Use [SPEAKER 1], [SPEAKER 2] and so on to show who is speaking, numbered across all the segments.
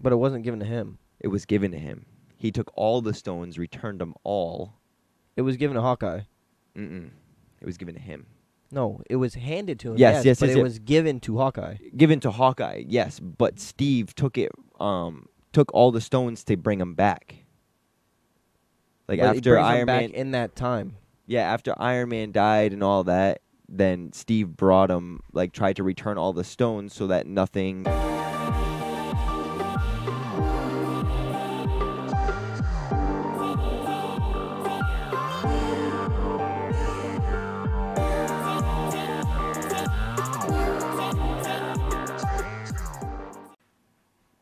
[SPEAKER 1] But it wasn't given to him.
[SPEAKER 2] It was given to him. He took all the stones, returned them all.
[SPEAKER 1] It was given to Hawkeye.
[SPEAKER 2] Mm-mm. It was given to him.
[SPEAKER 1] No, it was handed to him.
[SPEAKER 2] Yes, yes,
[SPEAKER 1] but
[SPEAKER 2] yes,
[SPEAKER 1] it
[SPEAKER 2] yes.
[SPEAKER 1] was given to Hawkeye.
[SPEAKER 2] Given to Hawkeye, yes, but Steve took it. Um, took all the stones to bring them back. Like
[SPEAKER 1] But it
[SPEAKER 2] after
[SPEAKER 1] brings him
[SPEAKER 2] Iron Man,
[SPEAKER 1] back in that time.
[SPEAKER 2] yeah, after Iron Man died and all that, then Steve brought him like tried to return all the stones so that nothing.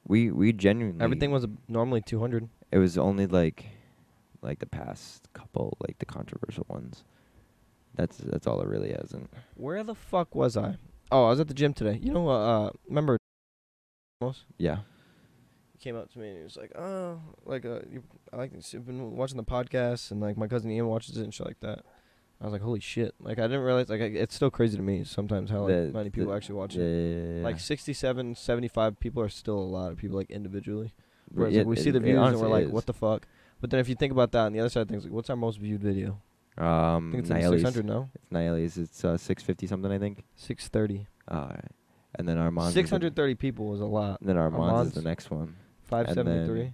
[SPEAKER 2] We we genuinely
[SPEAKER 1] Everything was normally two hundred.
[SPEAKER 2] it was only like like the past couple like the controversial ones that's that's all it really isn't
[SPEAKER 1] Where the fuck was I? Oh, I was at the gym today. You know, uh, uh remember? Almost.
[SPEAKER 2] yeah
[SPEAKER 1] He came up to me and he was like, "Oh, like uh, you, I like this. I've been watching the podcast, and like my cousin Ian watches it and shit like that." I was like, "Holy shit!" Like I didn't realize. Like I, it's still crazy to me sometimes how like
[SPEAKER 2] The-
[SPEAKER 1] many people
[SPEAKER 2] the-
[SPEAKER 1] actually watch it.
[SPEAKER 2] yeah.
[SPEAKER 1] Like 67, 75 people are still a lot of people like individually.
[SPEAKER 2] But
[SPEAKER 1] Whereas
[SPEAKER 2] it-
[SPEAKER 1] like, we see
[SPEAKER 2] it-
[SPEAKER 1] the
[SPEAKER 2] it
[SPEAKER 1] views and
[SPEAKER 2] honestly
[SPEAKER 1] we're like,
[SPEAKER 2] is.
[SPEAKER 1] "What the fuck?" But then if you think about that on the other side of things, like, what's our most viewed video? I
[SPEAKER 2] um
[SPEAKER 1] think it's in
[SPEAKER 2] Nihilus.
[SPEAKER 1] six hundred now.
[SPEAKER 2] it's Nihilus. it's uh 650 something i think
[SPEAKER 1] Six thirty.
[SPEAKER 2] all right and then armand
[SPEAKER 1] Six hundred thirty people was a lot.
[SPEAKER 2] and then armand is the
[SPEAKER 1] Armand's-
[SPEAKER 2] next one
[SPEAKER 1] Five seventy three.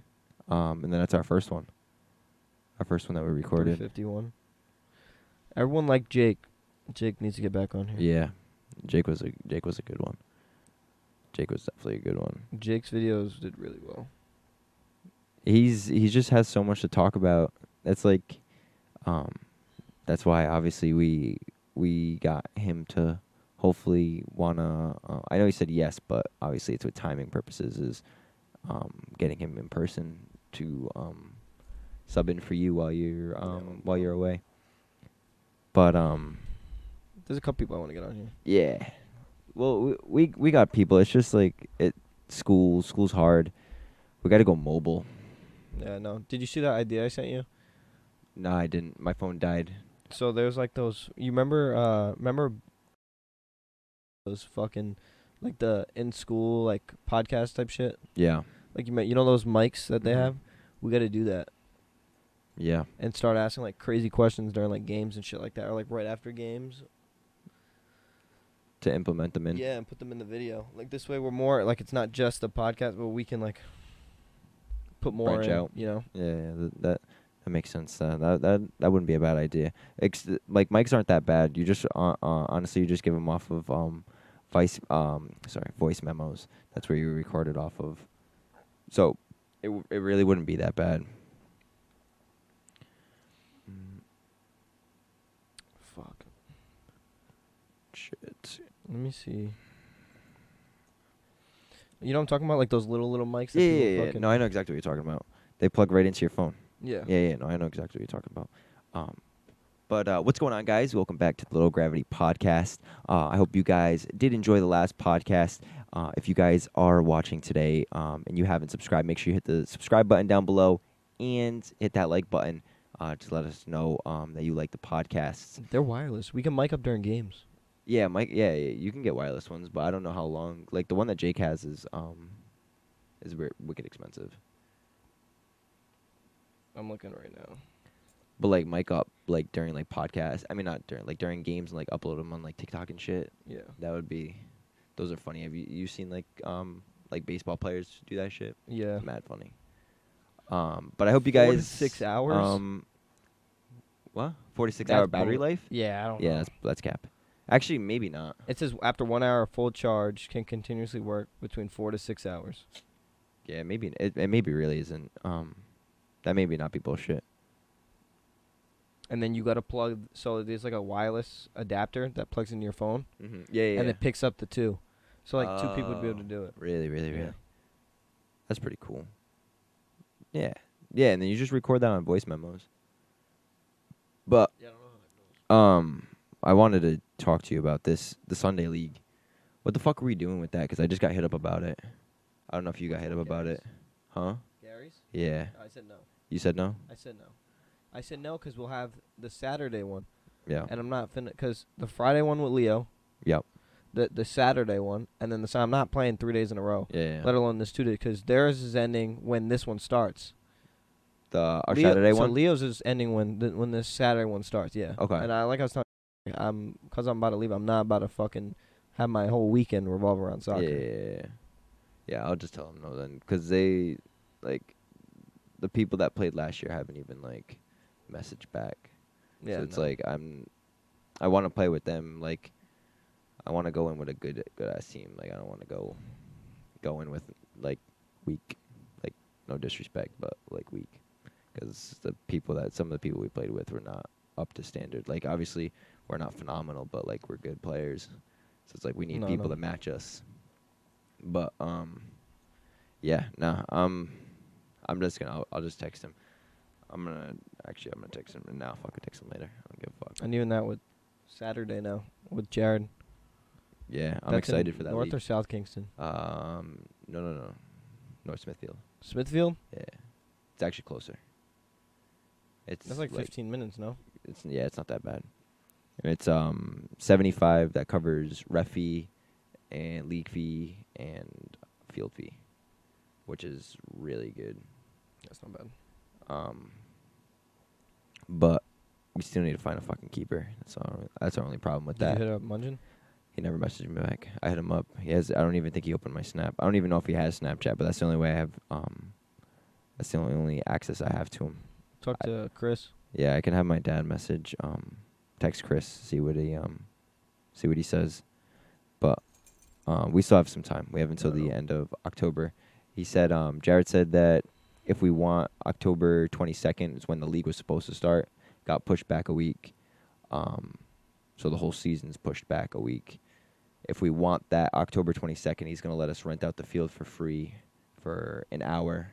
[SPEAKER 2] um and then that's our first one our first one that we recorded
[SPEAKER 1] 51. Everyone like Jake. Jake needs to get back on here.
[SPEAKER 2] yeah jake was a jake was a good one jake was definitely a good one
[SPEAKER 1] Jake's videos did really well.
[SPEAKER 2] he's he just has so much to talk about. That's like, um, that's why obviously we we got him to hopefully wanna. Uh, I know he said yes, but obviously it's with timing purposes. Is um, getting him in person to um, sub in for you while you're um, while you're away. But um,
[SPEAKER 1] There's a couple people I want to get on here.
[SPEAKER 2] yeah. Well, we, we we got people. It's just like it. School school's hard. We got to go mobile.
[SPEAKER 1] Yeah, no. Did you see that idea I sent you?
[SPEAKER 2] No, I didn't. My phone died.
[SPEAKER 1] So there's like those. You remember? Uh, remember those fucking like the in school like podcast type shit.
[SPEAKER 2] Yeah.
[SPEAKER 1] Like you met, you know those mics that they
[SPEAKER 2] Mhm.
[SPEAKER 1] have. We got to do that
[SPEAKER 2] Yeah.
[SPEAKER 1] and start asking like crazy questions during like games and shit like that, or like right after games
[SPEAKER 2] To implement them in.
[SPEAKER 1] Yeah, and put them in the video. Like this way, we're more like it's not just the podcast, but we can like put more
[SPEAKER 2] Branch
[SPEAKER 1] in,
[SPEAKER 2] out.
[SPEAKER 1] You know,
[SPEAKER 2] Yeah. yeah that, that that makes sense. Uh, that that that wouldn't be a bad idea. Ex- like mics aren't that bad. You just uh, uh, honestly you just give them off of um vice um sorry voice memos. That's where you record it off of. So it w- it really wouldn't be that bad.
[SPEAKER 1] fuck.
[SPEAKER 2] Shit.
[SPEAKER 1] Let me see. You know what I'm talking about? Like those little little mics. That
[SPEAKER 2] Yeah,
[SPEAKER 1] people
[SPEAKER 2] yeah, yeah.
[SPEAKER 1] fucking-
[SPEAKER 2] No, I know exactly what you're talking about. They plug right into your phone.
[SPEAKER 1] yeah.
[SPEAKER 2] Yeah, yeah, no, I know exactly what you're talking about. Um, but uh, what's going on, guys? Welcome back to the Little Gravity Podcast. Uh, I hope you guys did enjoy the last podcast. Uh, if you guys are watching today um, and you haven't subscribed, make sure you hit the subscribe button down below and hit that like button uh, to let us know um, that you like the podcast.
[SPEAKER 1] They're wireless. We can mic up during games.
[SPEAKER 2] Yeah, Mike. Yeah, yeah, you can get wireless ones, but I don't know how long. Like the one that Jake has is um, is wi- wicked expensive.
[SPEAKER 1] I'm looking right now.
[SPEAKER 2] But like mic up like during like podcasts. I mean not during like during games and like upload them on like TikTok and shit.
[SPEAKER 1] Yeah.
[SPEAKER 2] That would be those are funny. Have you you seen like um like baseball players do that shit?
[SPEAKER 1] Yeah.
[SPEAKER 2] Mad funny. Um but I hope you
[SPEAKER 1] Four to
[SPEAKER 2] guys
[SPEAKER 1] six hours?
[SPEAKER 2] Um what? 46
[SPEAKER 1] That's
[SPEAKER 2] hour battery
[SPEAKER 1] bull-
[SPEAKER 2] life?
[SPEAKER 1] Yeah, I don't
[SPEAKER 2] Yeah,
[SPEAKER 1] know.
[SPEAKER 2] that's that's cap. Actually, maybe not.
[SPEAKER 1] It says after one hour of full charge can continuously work between four to six hours.
[SPEAKER 2] Yeah, maybe it, it maybe really isn't. Um that maybe not be bullshit.
[SPEAKER 1] And then you got to plug, so there's like a wireless adapter that plugs into your phone.
[SPEAKER 2] Mm-hmm. Yeah, yeah.
[SPEAKER 1] and
[SPEAKER 2] yeah.
[SPEAKER 1] it picks up the two. So like two people would be able to
[SPEAKER 2] Oh.
[SPEAKER 1] do it.
[SPEAKER 2] Really, really,
[SPEAKER 1] Yeah.
[SPEAKER 2] really. That's pretty cool. Yeah. Yeah, and then you just record that on voice memos. But um I wanted to talk to you about this the Sunday league. What the fuck were we doing with that cuz I just got hit up about it. I don't know if you got hit up about it. Huh?
[SPEAKER 1] Gary's?
[SPEAKER 2] Yeah.
[SPEAKER 1] I said no.
[SPEAKER 2] You said no?
[SPEAKER 1] I said no. I said no because we'll have the Saturday one,
[SPEAKER 2] Yeah.
[SPEAKER 1] and I'm not finna because the Friday one with Leo,
[SPEAKER 2] Yep.
[SPEAKER 1] the the Saturday one, and then the Sun- I'm not playing three days in a row,
[SPEAKER 2] Yeah.
[SPEAKER 1] let alone this two days, because theirs is ending when this one starts.
[SPEAKER 2] the our
[SPEAKER 1] Leo-
[SPEAKER 2] Saturday
[SPEAKER 1] so
[SPEAKER 2] one.
[SPEAKER 1] Leo's is ending when the, when this Saturday one starts. Yeah.
[SPEAKER 2] Okay.
[SPEAKER 1] And I like I was talking, I'm because I'm about to leave. I'm not about to fucking have my whole weekend revolve around soccer.
[SPEAKER 2] Yeah, yeah, yeah. Yeah, I'll just tell them no then, because they, like, the people that played last year haven't even like, messaged back.
[SPEAKER 1] Yeah,
[SPEAKER 2] so it's
[SPEAKER 1] no.
[SPEAKER 2] like I'm, I want to play with them. Like, I want to go in with a good, good ass team. Like, I don't want to go, go in with like weak, like no disrespect, but like weak, because the people that some of the people we played with were not up to standard. Like, obviously we're not phenomenal, but like we're good players. So it's like we need
[SPEAKER 1] No,
[SPEAKER 2] people
[SPEAKER 1] no.
[SPEAKER 2] to match us. But um, yeah, nah. Um, I'm just gonna. I'll, I'll just text him. I'm gonna actually. I'm gonna text him now. Fuck, I text him later. I don't give a fuck.
[SPEAKER 1] And even that with Saturday now with Jared.
[SPEAKER 2] Yeah, I'm
[SPEAKER 1] That's in
[SPEAKER 2] excited for that.
[SPEAKER 1] North
[SPEAKER 2] league.
[SPEAKER 1] or South Kingston?
[SPEAKER 2] um, no, no, no, North Smithfield.
[SPEAKER 1] Smithfield.
[SPEAKER 2] Yeah, it's actually closer. It's
[SPEAKER 1] That's like 15 minutes, no?
[SPEAKER 2] It's yeah, it's not that bad. And it's um 75 that covers ref fee and league fee and field fee, which is really good.
[SPEAKER 1] That's not bad.
[SPEAKER 2] Um, but we still need to find a fucking keeper. That's our that's our only problem with
[SPEAKER 1] Did
[SPEAKER 2] that.
[SPEAKER 1] you hit up Munjan?
[SPEAKER 2] He never messaged me back. I hit him up. He has. I don't even think he opened my snap. I don't even know if he has Snapchat, but that's the only way I have. Um, that's the only only access I have to him.
[SPEAKER 1] Talk
[SPEAKER 2] I-
[SPEAKER 1] to Chris.
[SPEAKER 2] Yeah, I can have my dad message, um, text Chris, see what he um, see what he says. But um, we still have some time. We have until the
[SPEAKER 1] Yeah.
[SPEAKER 2] end of October. He said, um, Jared said that if we want October 22nd is when the league was supposed to start, got pushed back a week. Um, so the whole season's pushed back a week. If we want that October 22nd, he's going to let us rent out the field for free for an hour.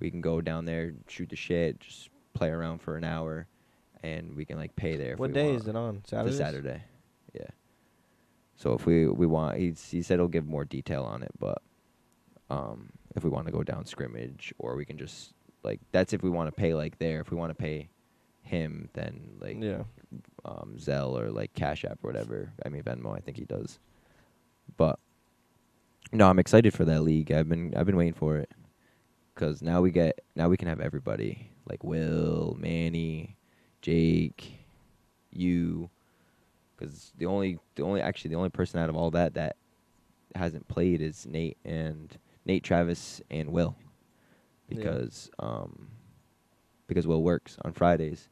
[SPEAKER 2] We can go down there, shoot the shit, just play around for an hour, and we can like pay there. If
[SPEAKER 1] What
[SPEAKER 2] we
[SPEAKER 1] day
[SPEAKER 2] want.
[SPEAKER 1] is it on? Saturday?
[SPEAKER 2] It's a Saturday. Yeah. So if we we want, he's, he said he'll give more detail on it, but um, if we want to go down scrimmage, or we can just like that's if we want to pay like there. If we want to pay him, then like
[SPEAKER 1] yeah.
[SPEAKER 2] um, Zelle or like Cash App or whatever. I mean Venmo, I think he does. But no, I'm excited for that league. I've been I've been waiting for it because now we get now we can have everybody like Will, Manny, Jake, you. Because the only the only actually the only person out of all that that hasn't played is Nate and Nate Travis and Will
[SPEAKER 1] Yeah.
[SPEAKER 2] because um because Will works on Fridays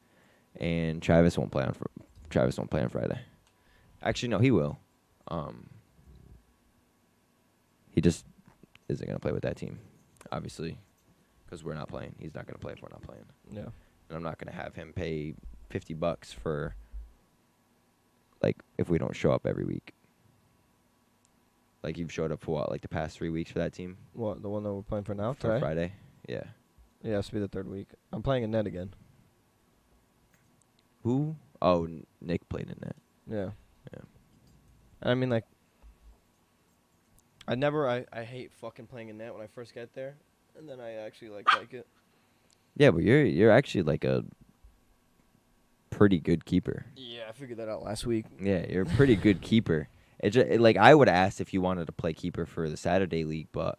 [SPEAKER 2] and Travis won't play on fr- Travis won't play on Friday. Actually, no, he will. Um, he just isn't gonna play with that team, obviously, because we're not playing. He's not gonna play if we're not playing,
[SPEAKER 1] Yeah.
[SPEAKER 2] and I'm not gonna have him pay fifty bucks for like if we don't show up every week. Like you've showed up for what, like the past three weeks for that team
[SPEAKER 1] What, the one that we're playing for now?
[SPEAKER 2] for
[SPEAKER 1] today?
[SPEAKER 2] Friday, yeah.
[SPEAKER 1] Yeah, it has to be the third week. I'm playing in net again.
[SPEAKER 2] Who? Oh, N- Nick played in that.
[SPEAKER 1] Yeah.
[SPEAKER 2] Yeah.
[SPEAKER 1] And I mean, like, I never, I, I hate fucking playing in net when I first get there. And then I actually, like, like it.
[SPEAKER 2] Yeah, but you're you're actually like a pretty good keeper.
[SPEAKER 1] Yeah, I figured that out last week.
[SPEAKER 2] Yeah, you're a pretty good keeper. It just, like I would have asked if you wanted to play keeper for the Saturday league, but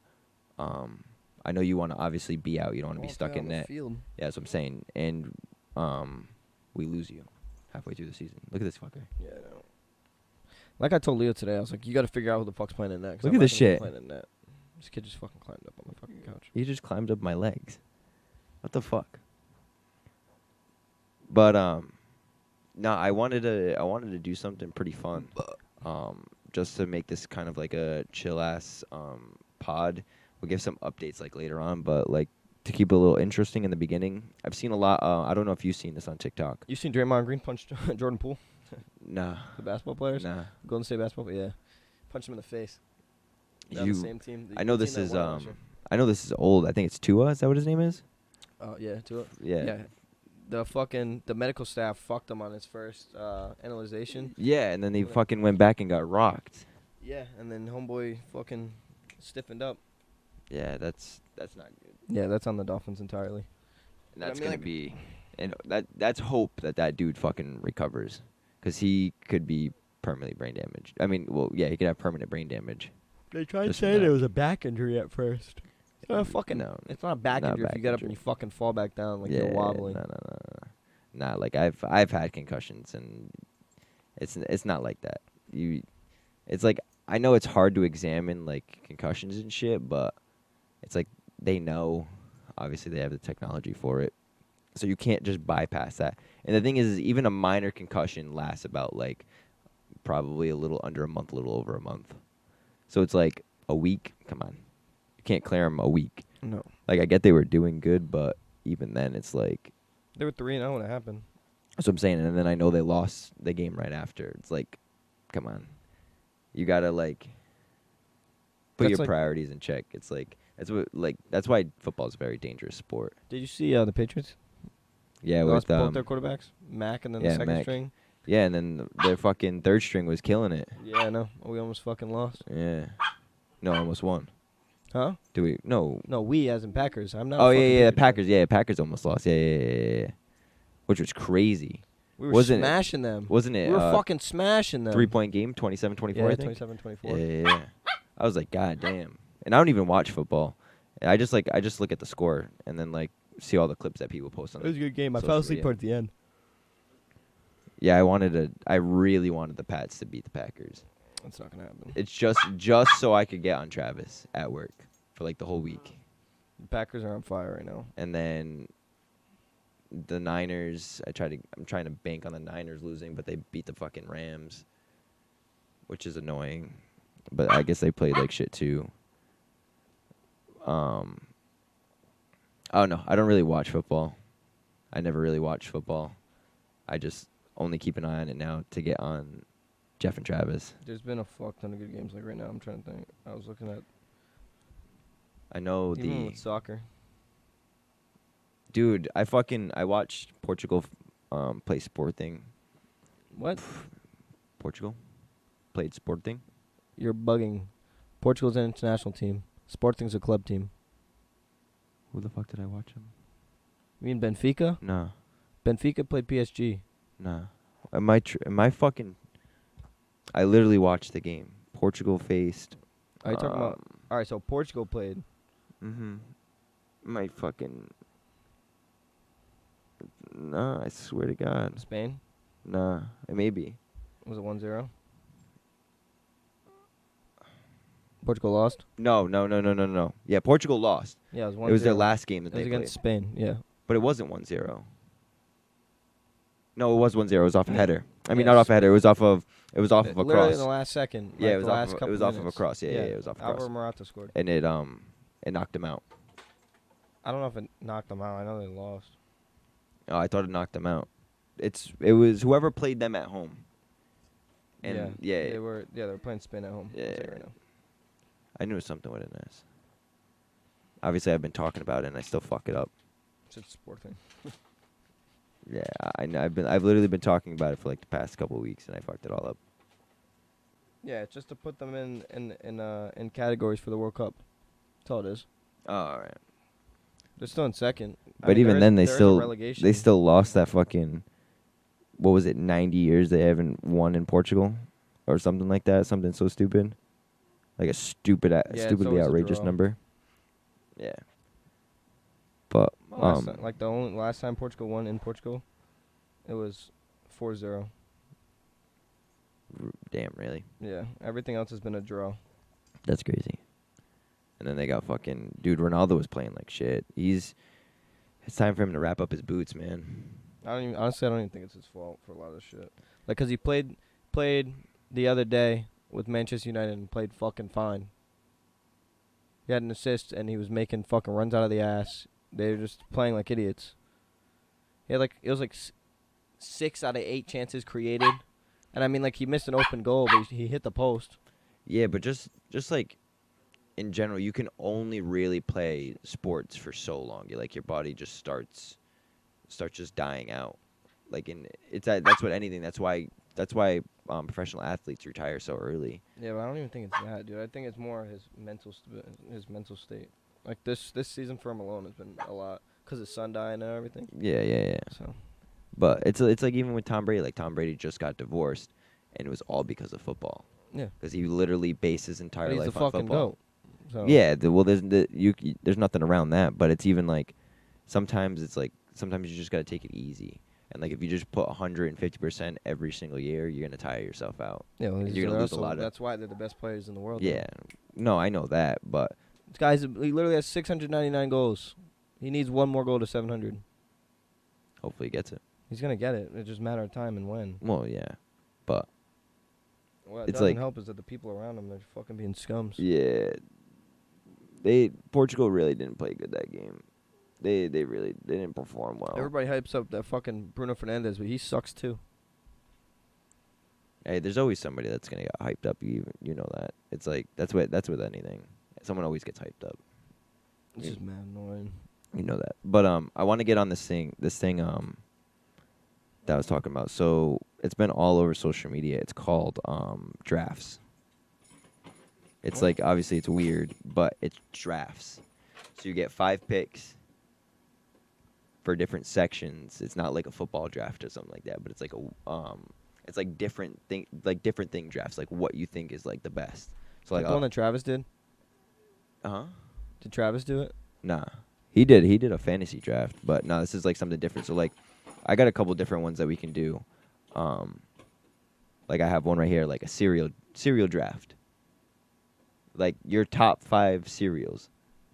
[SPEAKER 2] um, I know you want to obviously be out. You don't want to be stuck in net.
[SPEAKER 1] Field.
[SPEAKER 2] Yeah, that's what I'm saying. And um, we lose you halfway through the season. Look at this fucker.
[SPEAKER 1] Yeah, I know. Like I told Leo today, I was like, you got to figure out who the fuck's playing in net. 'cause
[SPEAKER 2] Look
[SPEAKER 1] I'm
[SPEAKER 2] at
[SPEAKER 1] not
[SPEAKER 2] this
[SPEAKER 1] gonna be
[SPEAKER 2] shit.
[SPEAKER 1] Playing in net. This kid just fucking climbed up on my fucking couch.
[SPEAKER 2] He just climbed up my legs. What the fuck? But um no, I wanted to I wanted to do something pretty fun. Um just to make this kind of like a chill ass um pod. We'll give some updates like later on, but like to keep it a little interesting in the beginning. I've seen a lot uh, I don't know if you've seen this on TikTok.
[SPEAKER 1] You seen Draymond Green punch Jordan Poole,
[SPEAKER 2] Nah.
[SPEAKER 1] the basketball players?
[SPEAKER 2] Nah.
[SPEAKER 1] Golden State basketball, player? yeah. Punch him in the face. They're on
[SPEAKER 2] You,
[SPEAKER 1] the same team. the
[SPEAKER 2] I know
[SPEAKER 1] team
[SPEAKER 2] this
[SPEAKER 1] that
[SPEAKER 2] is
[SPEAKER 1] won last
[SPEAKER 2] um
[SPEAKER 1] year.
[SPEAKER 2] I know this is old. I think it's Tua, is that what his name is?
[SPEAKER 1] Oh yeah, to it.
[SPEAKER 2] Yeah.
[SPEAKER 1] Yeah. The fucking the medical staff fucked him on his first uh analyzation.
[SPEAKER 2] Yeah, and then they
[SPEAKER 1] Whatever.
[SPEAKER 2] fucking went back and got rocked.
[SPEAKER 1] Yeah, and then homeboy fucking stiffened up.
[SPEAKER 2] Yeah, that's that's not good.
[SPEAKER 1] Yeah, that's on the Dolphins entirely.
[SPEAKER 2] And
[SPEAKER 1] But I
[SPEAKER 2] that's
[SPEAKER 1] mean,
[SPEAKER 2] gonna
[SPEAKER 1] like-
[SPEAKER 2] be, and that that's hope that that dude fucking recovers, cause he could be permanently brain damage. I mean, well, yeah, he could have permanent brain damage.
[SPEAKER 1] They tried
[SPEAKER 2] Just saying that. it
[SPEAKER 1] was a back injury at first. It's not a fucking.
[SPEAKER 2] No,
[SPEAKER 1] It's not a back
[SPEAKER 2] Not a
[SPEAKER 1] injury if
[SPEAKER 2] back
[SPEAKER 1] you get up
[SPEAKER 2] injury.
[SPEAKER 1] and you fucking fall back down like
[SPEAKER 2] Yeah,
[SPEAKER 1] you're wobbling.
[SPEAKER 2] No, no, no, no, no. Nah, like I've I've had concussions and it's it's not like that. You, it's like I know it's hard to examine like concussions and shit, but it's like they know. Obviously, they have the technology for it, so you can't just bypass that. And the thing is, is even a minor concussion lasts about like probably a little under a month, a little over a month. So it's like a week. Come on, you can't clear them a week.
[SPEAKER 1] No.
[SPEAKER 2] Like I get they were doing good, but even then it's like
[SPEAKER 1] They were 3 and 0 when it happened.
[SPEAKER 2] that's what I'm saying. And then I know they lost the game right after. It's like, come on, you gotta like put
[SPEAKER 1] That's
[SPEAKER 2] your
[SPEAKER 1] like-
[SPEAKER 2] priorities in check. It's like that's what like that's why football's a very dangerous sport.
[SPEAKER 1] Did you see uh, the Patriots?
[SPEAKER 2] Yeah,
[SPEAKER 1] They
[SPEAKER 2] with
[SPEAKER 1] lost both
[SPEAKER 2] um,
[SPEAKER 1] their quarterbacks, Mac and then
[SPEAKER 2] yeah,
[SPEAKER 1] the second
[SPEAKER 2] Mac.
[SPEAKER 1] string.
[SPEAKER 2] yeah, and then th- their fucking third string was killing it.
[SPEAKER 1] Yeah, I know. We almost fucking lost.
[SPEAKER 2] Yeah, no, almost won.
[SPEAKER 1] Huh?
[SPEAKER 2] Do we? No.
[SPEAKER 1] No, we as in Packers. I'm not. a
[SPEAKER 2] Oh yeah, yeah, yeah,
[SPEAKER 1] fucking Patriots fan.
[SPEAKER 2] Packers. Yeah, Packers almost lost. Yeah, yeah, yeah, yeah, yeah. Which was crazy,
[SPEAKER 1] We were
[SPEAKER 2] Wasn't it-
[SPEAKER 1] smashing them.
[SPEAKER 2] wasn't it?
[SPEAKER 1] We were
[SPEAKER 2] uh,
[SPEAKER 1] fucking smashing them.
[SPEAKER 2] three point game, 27-24,
[SPEAKER 1] Yeah,
[SPEAKER 2] I think.
[SPEAKER 1] 27
[SPEAKER 2] Yeah,
[SPEAKER 1] 24.
[SPEAKER 2] yeah, yeah. I was like, God damn. And I don't even watch football. I just like I just look at the score and then like see all the clips that people post on.
[SPEAKER 1] a good game.
[SPEAKER 2] I fell Social asleep media. toward
[SPEAKER 1] the end.
[SPEAKER 2] yeah, I wanted to. I really wanted the Pats to beat the Packers.
[SPEAKER 1] That's not gonna happen.
[SPEAKER 2] It's just just so I could get on Travis at work for like the whole week,
[SPEAKER 1] The Packers are on fire right now.
[SPEAKER 2] and then the Niners. I try to. I'm trying to bank on the Niners losing, but they beat the fucking Rams, which is annoying. But I guess they played like shit too. Um. Oh no, I don't really watch football. I never really watch football. I just only keep an eye on it now to get on Jeff and Travis.
[SPEAKER 1] There's been a fuck ton of good games. Like right now, I'm trying to think. I was looking at
[SPEAKER 2] I know
[SPEAKER 1] even
[SPEAKER 2] Oh, the
[SPEAKER 1] with soccer.
[SPEAKER 2] dude. I fucking I watched Portugal um, play Sporting.
[SPEAKER 1] What?
[SPEAKER 2] Portugal played Sporting.
[SPEAKER 1] You're bugging. Portugal's an international team. Sporting's a club team.
[SPEAKER 2] Who the fuck did I watch him?
[SPEAKER 1] You mean Benfica?
[SPEAKER 2] No,
[SPEAKER 1] Benfica played PSG.
[SPEAKER 2] no. Am I tr- am I fucking? I literally watched the game. Portugal faced.
[SPEAKER 1] Are you
[SPEAKER 2] Uh,
[SPEAKER 1] talking about? All right, so Portugal played.
[SPEAKER 2] Mm-hmm. My fucking. Nah, I swear to God.
[SPEAKER 1] Spain
[SPEAKER 2] Nah, it may be.
[SPEAKER 1] was it 1-0? Portugal lost.
[SPEAKER 2] No, no, no, no, no, no. Yeah, Portugal lost.
[SPEAKER 1] Yeah, it was one.
[SPEAKER 2] It was their last game
[SPEAKER 1] It
[SPEAKER 2] that
[SPEAKER 1] was
[SPEAKER 2] they
[SPEAKER 1] against
[SPEAKER 2] played.
[SPEAKER 1] Spain. Yeah.
[SPEAKER 2] But it wasn't 1 0. No, it was 1 0. It was off a
[SPEAKER 1] Yeah.
[SPEAKER 2] header. I mean,
[SPEAKER 1] Yeah,
[SPEAKER 2] not off a
[SPEAKER 1] so-
[SPEAKER 2] header. It was off of. It was off of a
[SPEAKER 1] Literally
[SPEAKER 2] cross.
[SPEAKER 1] in the last second.
[SPEAKER 2] Yeah,
[SPEAKER 1] like
[SPEAKER 2] it was
[SPEAKER 1] the
[SPEAKER 2] off
[SPEAKER 1] last
[SPEAKER 2] of a- it
[SPEAKER 1] couple
[SPEAKER 2] was off of a
[SPEAKER 1] minutes.
[SPEAKER 2] cross. Yeah, yeah, yeah, it was off a cross.
[SPEAKER 1] Alvaro Morata scored.
[SPEAKER 2] and it um it knocked him out.
[SPEAKER 1] I don't know if it knocked them out. I know they lost.
[SPEAKER 2] Oh, I thought it knocked him out. It's it was whoever played them at home. And yeah,
[SPEAKER 1] they were. Yeah, they were playing Spain at home. I'll tell you
[SPEAKER 2] Yeah.
[SPEAKER 1] right now.
[SPEAKER 2] I knew something with it nice. Obviously, I've been talking about it, and I still fuck it up.
[SPEAKER 1] It's a sport thing.
[SPEAKER 2] Yeah, I know. I've been I've literally been talking about it for like the past couple of weeks, and I fucked it all up.
[SPEAKER 1] Yeah, it's just to put them in in in uh in categories for the World Cup. That's all it is.
[SPEAKER 2] Oh, all right.
[SPEAKER 1] They're still in second. I
[SPEAKER 2] But
[SPEAKER 1] mean,
[SPEAKER 2] even
[SPEAKER 1] there is-
[SPEAKER 2] then, they
[SPEAKER 1] there is a
[SPEAKER 2] still
[SPEAKER 1] relegation.
[SPEAKER 2] they still lost that fucking. What was it? Ninety years they haven't won in Portugal, or something like that. Something so stupid, like a stupid, a-
[SPEAKER 1] it's
[SPEAKER 2] stupidly
[SPEAKER 1] always a
[SPEAKER 2] outrageous
[SPEAKER 1] draw.
[SPEAKER 2] number. Yeah. But
[SPEAKER 1] Last
[SPEAKER 2] um,
[SPEAKER 1] ti- like the only last time Portugal won in Portugal, it was 4-0.
[SPEAKER 2] r- damn, really,
[SPEAKER 1] Yeah, everything else has been a draw.
[SPEAKER 2] that's crazy. And then they got fucking dude. Ronaldo was playing like shit. He's. It's time for him to wrap up his boots, man.
[SPEAKER 1] I don't even honestly. I don't even think it's his fault for a lot of shit. Like, cause he played played the other day with Manchester United and played fucking fine. He had an assist and he was making fucking runs out of the ass. They were just playing like idiots. He had like it was like s- six out of eight chances created, and I mean like he missed an open goal, but he, he hit the post.
[SPEAKER 2] Yeah, but just just like in general, you can only really play sports for so long. You like your body just starts starts just dying out. Like in it's that that's what anything. That's why that's why um, professional athletes retire so early.
[SPEAKER 1] Yeah, but I don't even think it's that, dude. I think it's more his mental st- his mental state. Like this this season for him alone has been a lot because his son dying and everything.
[SPEAKER 2] Yeah, yeah, yeah.
[SPEAKER 1] So
[SPEAKER 2] But it's it's like even with Tom Brady. Like Tom Brady just got divorced, and it was all because of football.
[SPEAKER 1] Yeah.
[SPEAKER 2] Because he literally based his entire
[SPEAKER 1] But he's
[SPEAKER 2] life
[SPEAKER 1] the
[SPEAKER 2] on
[SPEAKER 1] fucking
[SPEAKER 2] football.
[SPEAKER 1] goat. So
[SPEAKER 2] Yeah, the, well, there's the, you, c there's nothing around that, but it's even like sometimes it's like sometimes you just got to take it easy, and like if you just put 150 percent every single year, you're gonna tire yourself out.
[SPEAKER 1] Yeah, well,
[SPEAKER 2] And
[SPEAKER 1] he's
[SPEAKER 2] you're
[SPEAKER 1] the
[SPEAKER 2] gonna lose a
[SPEAKER 1] Russell.
[SPEAKER 2] lot of-
[SPEAKER 1] That's why they're the best players in the world.
[SPEAKER 2] Yeah, no, I know that, but
[SPEAKER 1] This guy's he literally has 699 goals. He needs one more goal to 700.
[SPEAKER 2] hopefully he gets it.
[SPEAKER 1] He's gonna get it. It's just a matter of time and when.
[SPEAKER 2] Well, yeah, but
[SPEAKER 1] Well, it
[SPEAKER 2] Mm. It's
[SPEAKER 1] doesn't
[SPEAKER 2] like-
[SPEAKER 1] help is that the people around him they're fucking being scums.
[SPEAKER 2] yeah, they Portugal really didn't play good that game. They they really they didn't perform well.
[SPEAKER 1] Everybody hypes up that fucking Bruno Fernandez, but he sucks too.
[SPEAKER 2] Hey, there's always somebody that's gonna get hyped up. You even you know that. It's like that's what that's with anything. Someone always gets hyped up.
[SPEAKER 1] This
[SPEAKER 2] Yeah.
[SPEAKER 1] is mad annoying.
[SPEAKER 2] You know that. But um, I want to get on this thing. This thing um. That I was talking about. So it's been all over social media. It's called um drafts. It's like obviously it's weird, but it's drafts. So you get five picks for different sections. It's not like a football draft or something like that, but it's like a um, it's like different thing, like different thing drafts, like what you think is like the best. So
[SPEAKER 1] like
[SPEAKER 2] like
[SPEAKER 1] the one that Travis did.
[SPEAKER 2] uh huh.
[SPEAKER 1] Did Travis do it?
[SPEAKER 2] Nah, he did. He did a fantasy draft, but no, this is like something different. So like, I got a couple different ones that we can do. Um, like I have one right here, like a cereal cereal draft. Like your top five cereals,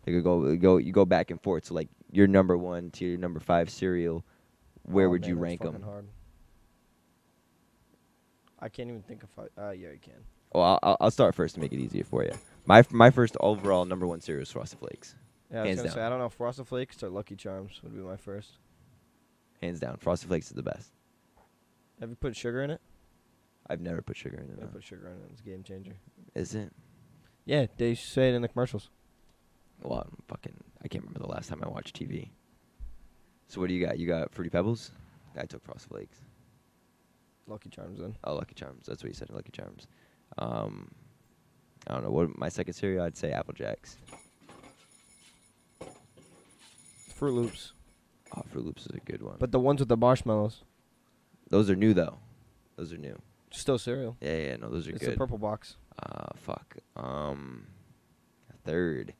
[SPEAKER 2] you could go go you go back and forth. So like your number one to your number five cereal, where
[SPEAKER 1] Oh,
[SPEAKER 2] would
[SPEAKER 1] man,
[SPEAKER 2] you
[SPEAKER 1] that's
[SPEAKER 2] rank
[SPEAKER 1] fucking
[SPEAKER 2] them?
[SPEAKER 1] Hard. I can't even think of. fi- Uh, yeah, I can.
[SPEAKER 2] Well, I'll- I'll, I'll start first to make it easier for you. My my first overall number one cereal is Frosted Flakes,
[SPEAKER 1] Yeah, I was
[SPEAKER 2] Hands
[SPEAKER 1] gonna
[SPEAKER 2] down.
[SPEAKER 1] say I don't know. Frosted Flakes or Lucky Charms would be my first.
[SPEAKER 2] hands down. Frosted Flakes is the best.
[SPEAKER 1] Have you put sugar in it?
[SPEAKER 2] I've never put sugar in it.
[SPEAKER 1] Yeah,
[SPEAKER 2] no.
[SPEAKER 1] put sugar in it. It's a game changer.
[SPEAKER 2] Is it?
[SPEAKER 1] Yeah, they say it in the commercials.
[SPEAKER 2] Well, I'm fucking, I can't remember the last time I watched TV. So what do you got? You got Fruity Pebbles? I took Frosted Flakes.
[SPEAKER 1] Lucky Charms then.
[SPEAKER 2] Oh, Lucky Charms. That's what you said, Lucky Charms. Um, I don't know. What my second cereal? I'd say Apple Jacks.
[SPEAKER 1] Fruit Loops.
[SPEAKER 2] Oh, Fruit Loops is a good one.
[SPEAKER 1] But the ones with the marshmallows,
[SPEAKER 2] those are new though. Those are new.
[SPEAKER 1] still cereal.
[SPEAKER 2] Yeah, yeah. No, those are
[SPEAKER 1] It's
[SPEAKER 2] good.
[SPEAKER 1] a purple box.
[SPEAKER 2] Uh, fuck. Um, third.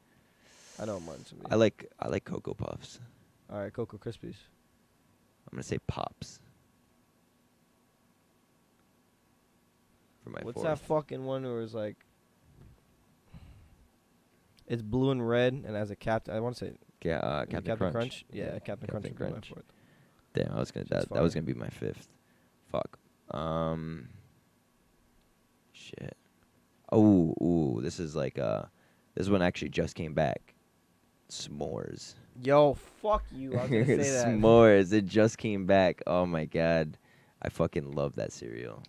[SPEAKER 1] I know mine's gonna be.
[SPEAKER 2] I like I like Cocoa Puffs.
[SPEAKER 1] All right, Cocoa Krispies.
[SPEAKER 2] I'm gonna say Pops. For my
[SPEAKER 1] What's
[SPEAKER 2] fourth.
[SPEAKER 1] that fucking one where it's like? It's blue and red, and as a captain, I want to say
[SPEAKER 2] Yeah, uh,
[SPEAKER 1] is it
[SPEAKER 2] Captain,
[SPEAKER 1] Captain
[SPEAKER 2] Crunch.
[SPEAKER 1] Yeah, Captain, Crunch. would be my fourth.
[SPEAKER 2] Damn, I was gonna
[SPEAKER 1] Shit's
[SPEAKER 2] that, that was
[SPEAKER 1] fire.
[SPEAKER 2] gonna be my fifth. Fuck. Um. Shit. Oh, ooh, this is like uh, this one actually just came back. S'mores.
[SPEAKER 1] Yo, fuck you! I was gonna say that.
[SPEAKER 2] S'mores. It just came back. Oh my god, I fucking love that cereal.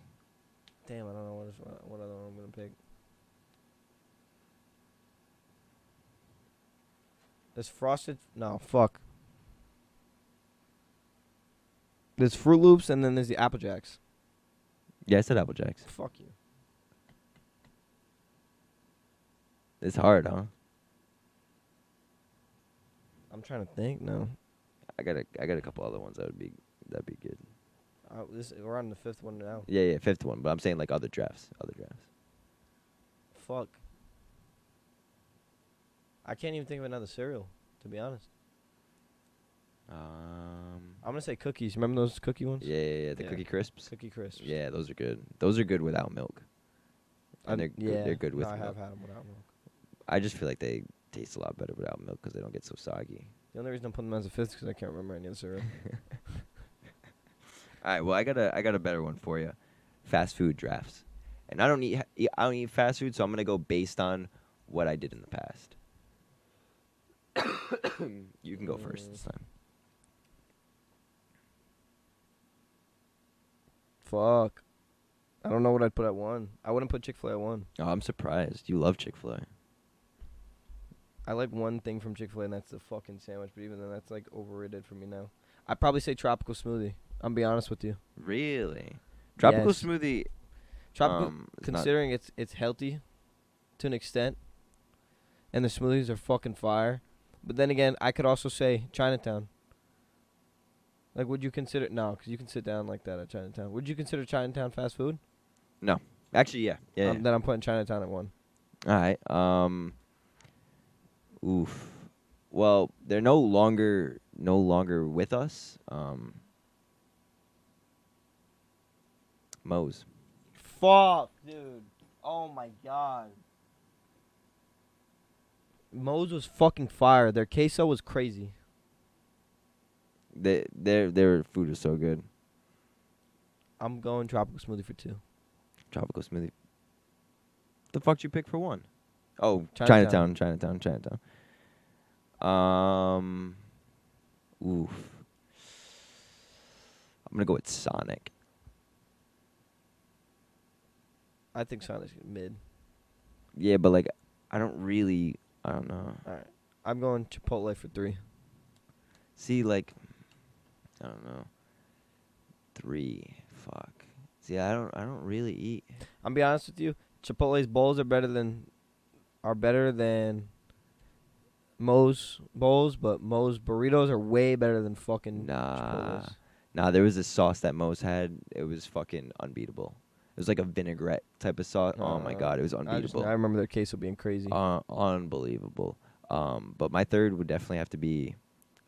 [SPEAKER 1] Damn, I don't know what, is, what other one I'm gonna pick. There's frosted. No, fuck. There's Fruit Loops, and then there's the Apple Jacks.
[SPEAKER 2] Yeah, I said Apple Jacks.
[SPEAKER 1] Fuck you.
[SPEAKER 2] It's hard, huh?
[SPEAKER 1] I'm trying to think. No,
[SPEAKER 2] I got a I got a couple other ones that would be that'd be good.
[SPEAKER 1] uh, this, we're on the fifth one now.
[SPEAKER 2] Yeah, yeah, fifth one. But I'm saying like other drafts, other drafts.
[SPEAKER 1] Fuck. I can't even think of another cereal, to be honest.
[SPEAKER 2] Um.
[SPEAKER 1] I'm gonna say cookies. Remember those cookie ones?
[SPEAKER 2] Yeah, yeah, yeah. The
[SPEAKER 1] Yeah.
[SPEAKER 2] cookie crisps.
[SPEAKER 1] Cookie crisps.
[SPEAKER 2] Yeah, those are good. Those are good without milk. And
[SPEAKER 1] I'm-
[SPEAKER 2] they're good, they're good
[SPEAKER 1] no,
[SPEAKER 2] with
[SPEAKER 1] I
[SPEAKER 2] milk.
[SPEAKER 1] have had them without milk.
[SPEAKER 2] I just feel like they taste a lot better without milk because they don't get so soggy.
[SPEAKER 1] The only reason I'm putting them as a fifth because I can't remember any other cereal.
[SPEAKER 2] All right, well, I got a I got a better one for you. Fast food drafts, and I don't eat h- I don't eat fast food, so I'm gonna go based on what I did in the past. you can go first
[SPEAKER 1] Mm.
[SPEAKER 2] this time.
[SPEAKER 1] Fuck. I don't know what I'd put at one. I wouldn't put Chick Fil A at one.
[SPEAKER 2] Oh, I'm surprised. You love Chick Fil A.
[SPEAKER 1] I like one thing from Chick Fil A, and that's the fucking sandwich. But even then, that's like overrated for me now. I'd probably say tropical smoothie. I'm be honest with you.
[SPEAKER 2] Really? Tropical
[SPEAKER 1] Yes.
[SPEAKER 2] smoothie.
[SPEAKER 1] Tropical,
[SPEAKER 2] um, is not-
[SPEAKER 1] considering it's it's healthy, to an extent, and the smoothies are fucking fire. But then again, I could also say Chinatown. Like, would you consider no? Because you can sit down like that at Chinatown. Would you consider Chinatown fast food?
[SPEAKER 2] Actually, yeah, yeah.
[SPEAKER 1] Um,
[SPEAKER 2] yeah.
[SPEAKER 1] then I'm putting Chinatown at one.
[SPEAKER 2] All right. Um. Oof. Well, they're no longer no longer with us. Um. Moe's.
[SPEAKER 1] Fuck, dude. Oh my god. Moe's was fucking fire. Their queso was crazy.
[SPEAKER 2] They their their food is so good.
[SPEAKER 1] I'm going tropical smoothie for two.
[SPEAKER 2] Tropical smoothie. The fuck you pick for one? Oh,
[SPEAKER 1] Chinatown.
[SPEAKER 2] Chinatown, Chinatown, Chinatown. Um. Oof. I'm gonna go with Sonic.
[SPEAKER 1] I think Sonic's mid.
[SPEAKER 2] Yeah, but like, I don't really. I don't know.
[SPEAKER 1] All right. I'm going Chipotle for three.
[SPEAKER 2] See, like, I don't know. Three. Fuck. See, I don't. I don't really eat.
[SPEAKER 1] I'm be honest with you. Chipotle's bowls are better than are better than Moe's bowls, but Moe's burritos are way better than fucking
[SPEAKER 2] Nah.
[SPEAKER 1] Chipotle's.
[SPEAKER 2] Nah, there was this sauce that Moe's had. It was fucking unbeatable. It was like a vinaigrette type of sauce. oh my
[SPEAKER 1] Uh,
[SPEAKER 2] god, it was
[SPEAKER 1] I, just,
[SPEAKER 2] unbeatable.
[SPEAKER 1] I remember their queso being crazy.
[SPEAKER 2] Uh, unbelievable. Um, but my third would definitely have to be,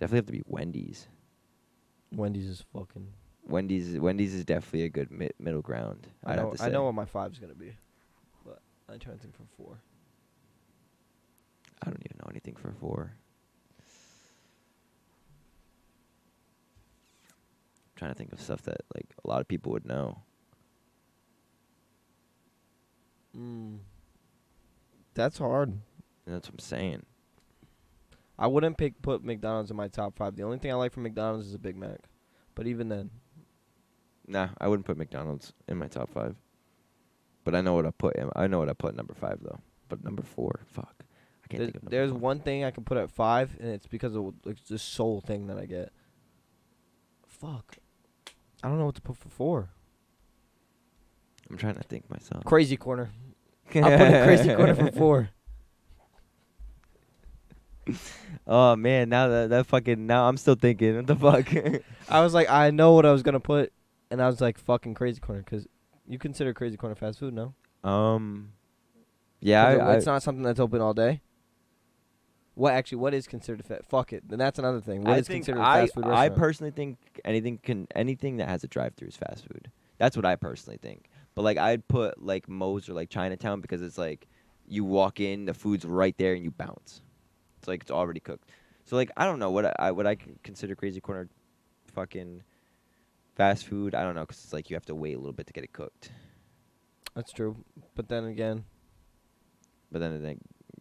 [SPEAKER 2] definitely have to be Wendy's.
[SPEAKER 1] Wendy's is fucking.
[SPEAKER 2] Wendy's. Wendy's is definitely a good mi- middle ground.
[SPEAKER 1] I
[SPEAKER 2] I'd
[SPEAKER 1] know,
[SPEAKER 2] have to say.
[SPEAKER 1] I know what my five's gonna be, but I'm trying to think for four.
[SPEAKER 2] I don't even know anything for four. trying to think of stuff that like a lot of people would know.
[SPEAKER 1] Mm. That's hard.
[SPEAKER 2] And that's what I'm saying.
[SPEAKER 1] I wouldn't pick put McDonald's in my top five. The only thing I like from McDonald's is a Big Mac, but even then,
[SPEAKER 2] Nah, I wouldn't put McDonald's in my top five. But I know what I put. In, I know what I put number five though. But number four, fuck, I can't
[SPEAKER 1] there's,
[SPEAKER 2] think of. Number
[SPEAKER 1] there's
[SPEAKER 2] four.
[SPEAKER 1] one thing I can put at five, and it's because of like, this soul thing that I get. Fuck, I don't know what to put for four.
[SPEAKER 2] I'm trying to think myself.
[SPEAKER 1] Crazy corner. I put a crazy corner for four.
[SPEAKER 2] Oh man, now that that fucking now I'm still thinking what the fuck.
[SPEAKER 1] I was like, I know what I was gonna put, and I was like, fucking crazy corner, because you consider crazy corner fast food, no?
[SPEAKER 2] um, yeah,
[SPEAKER 1] 'Cause
[SPEAKER 2] I,
[SPEAKER 1] it-
[SPEAKER 2] I,
[SPEAKER 1] it's not something that's open all day. What actually? What is considered fast? Fuck it. Then that's another thing. What
[SPEAKER 2] I
[SPEAKER 1] is
[SPEAKER 2] think
[SPEAKER 1] considered a
[SPEAKER 2] I,
[SPEAKER 1] fast food
[SPEAKER 2] I
[SPEAKER 1] restaurant?
[SPEAKER 2] personally think anything can anything that has a drive through is fast food. That's what I personally think. But like I'd put like Moe's or like Chinatown because it's like you walk in, the food's right there, and you bounce. It's like it's already cooked. So like I don't know what I- I what I c- consider crazy corner, fucking fast food. I don't know because it's like you have to wait a little bit to get it cooked.
[SPEAKER 1] that's true. But then again,
[SPEAKER 2] But then I think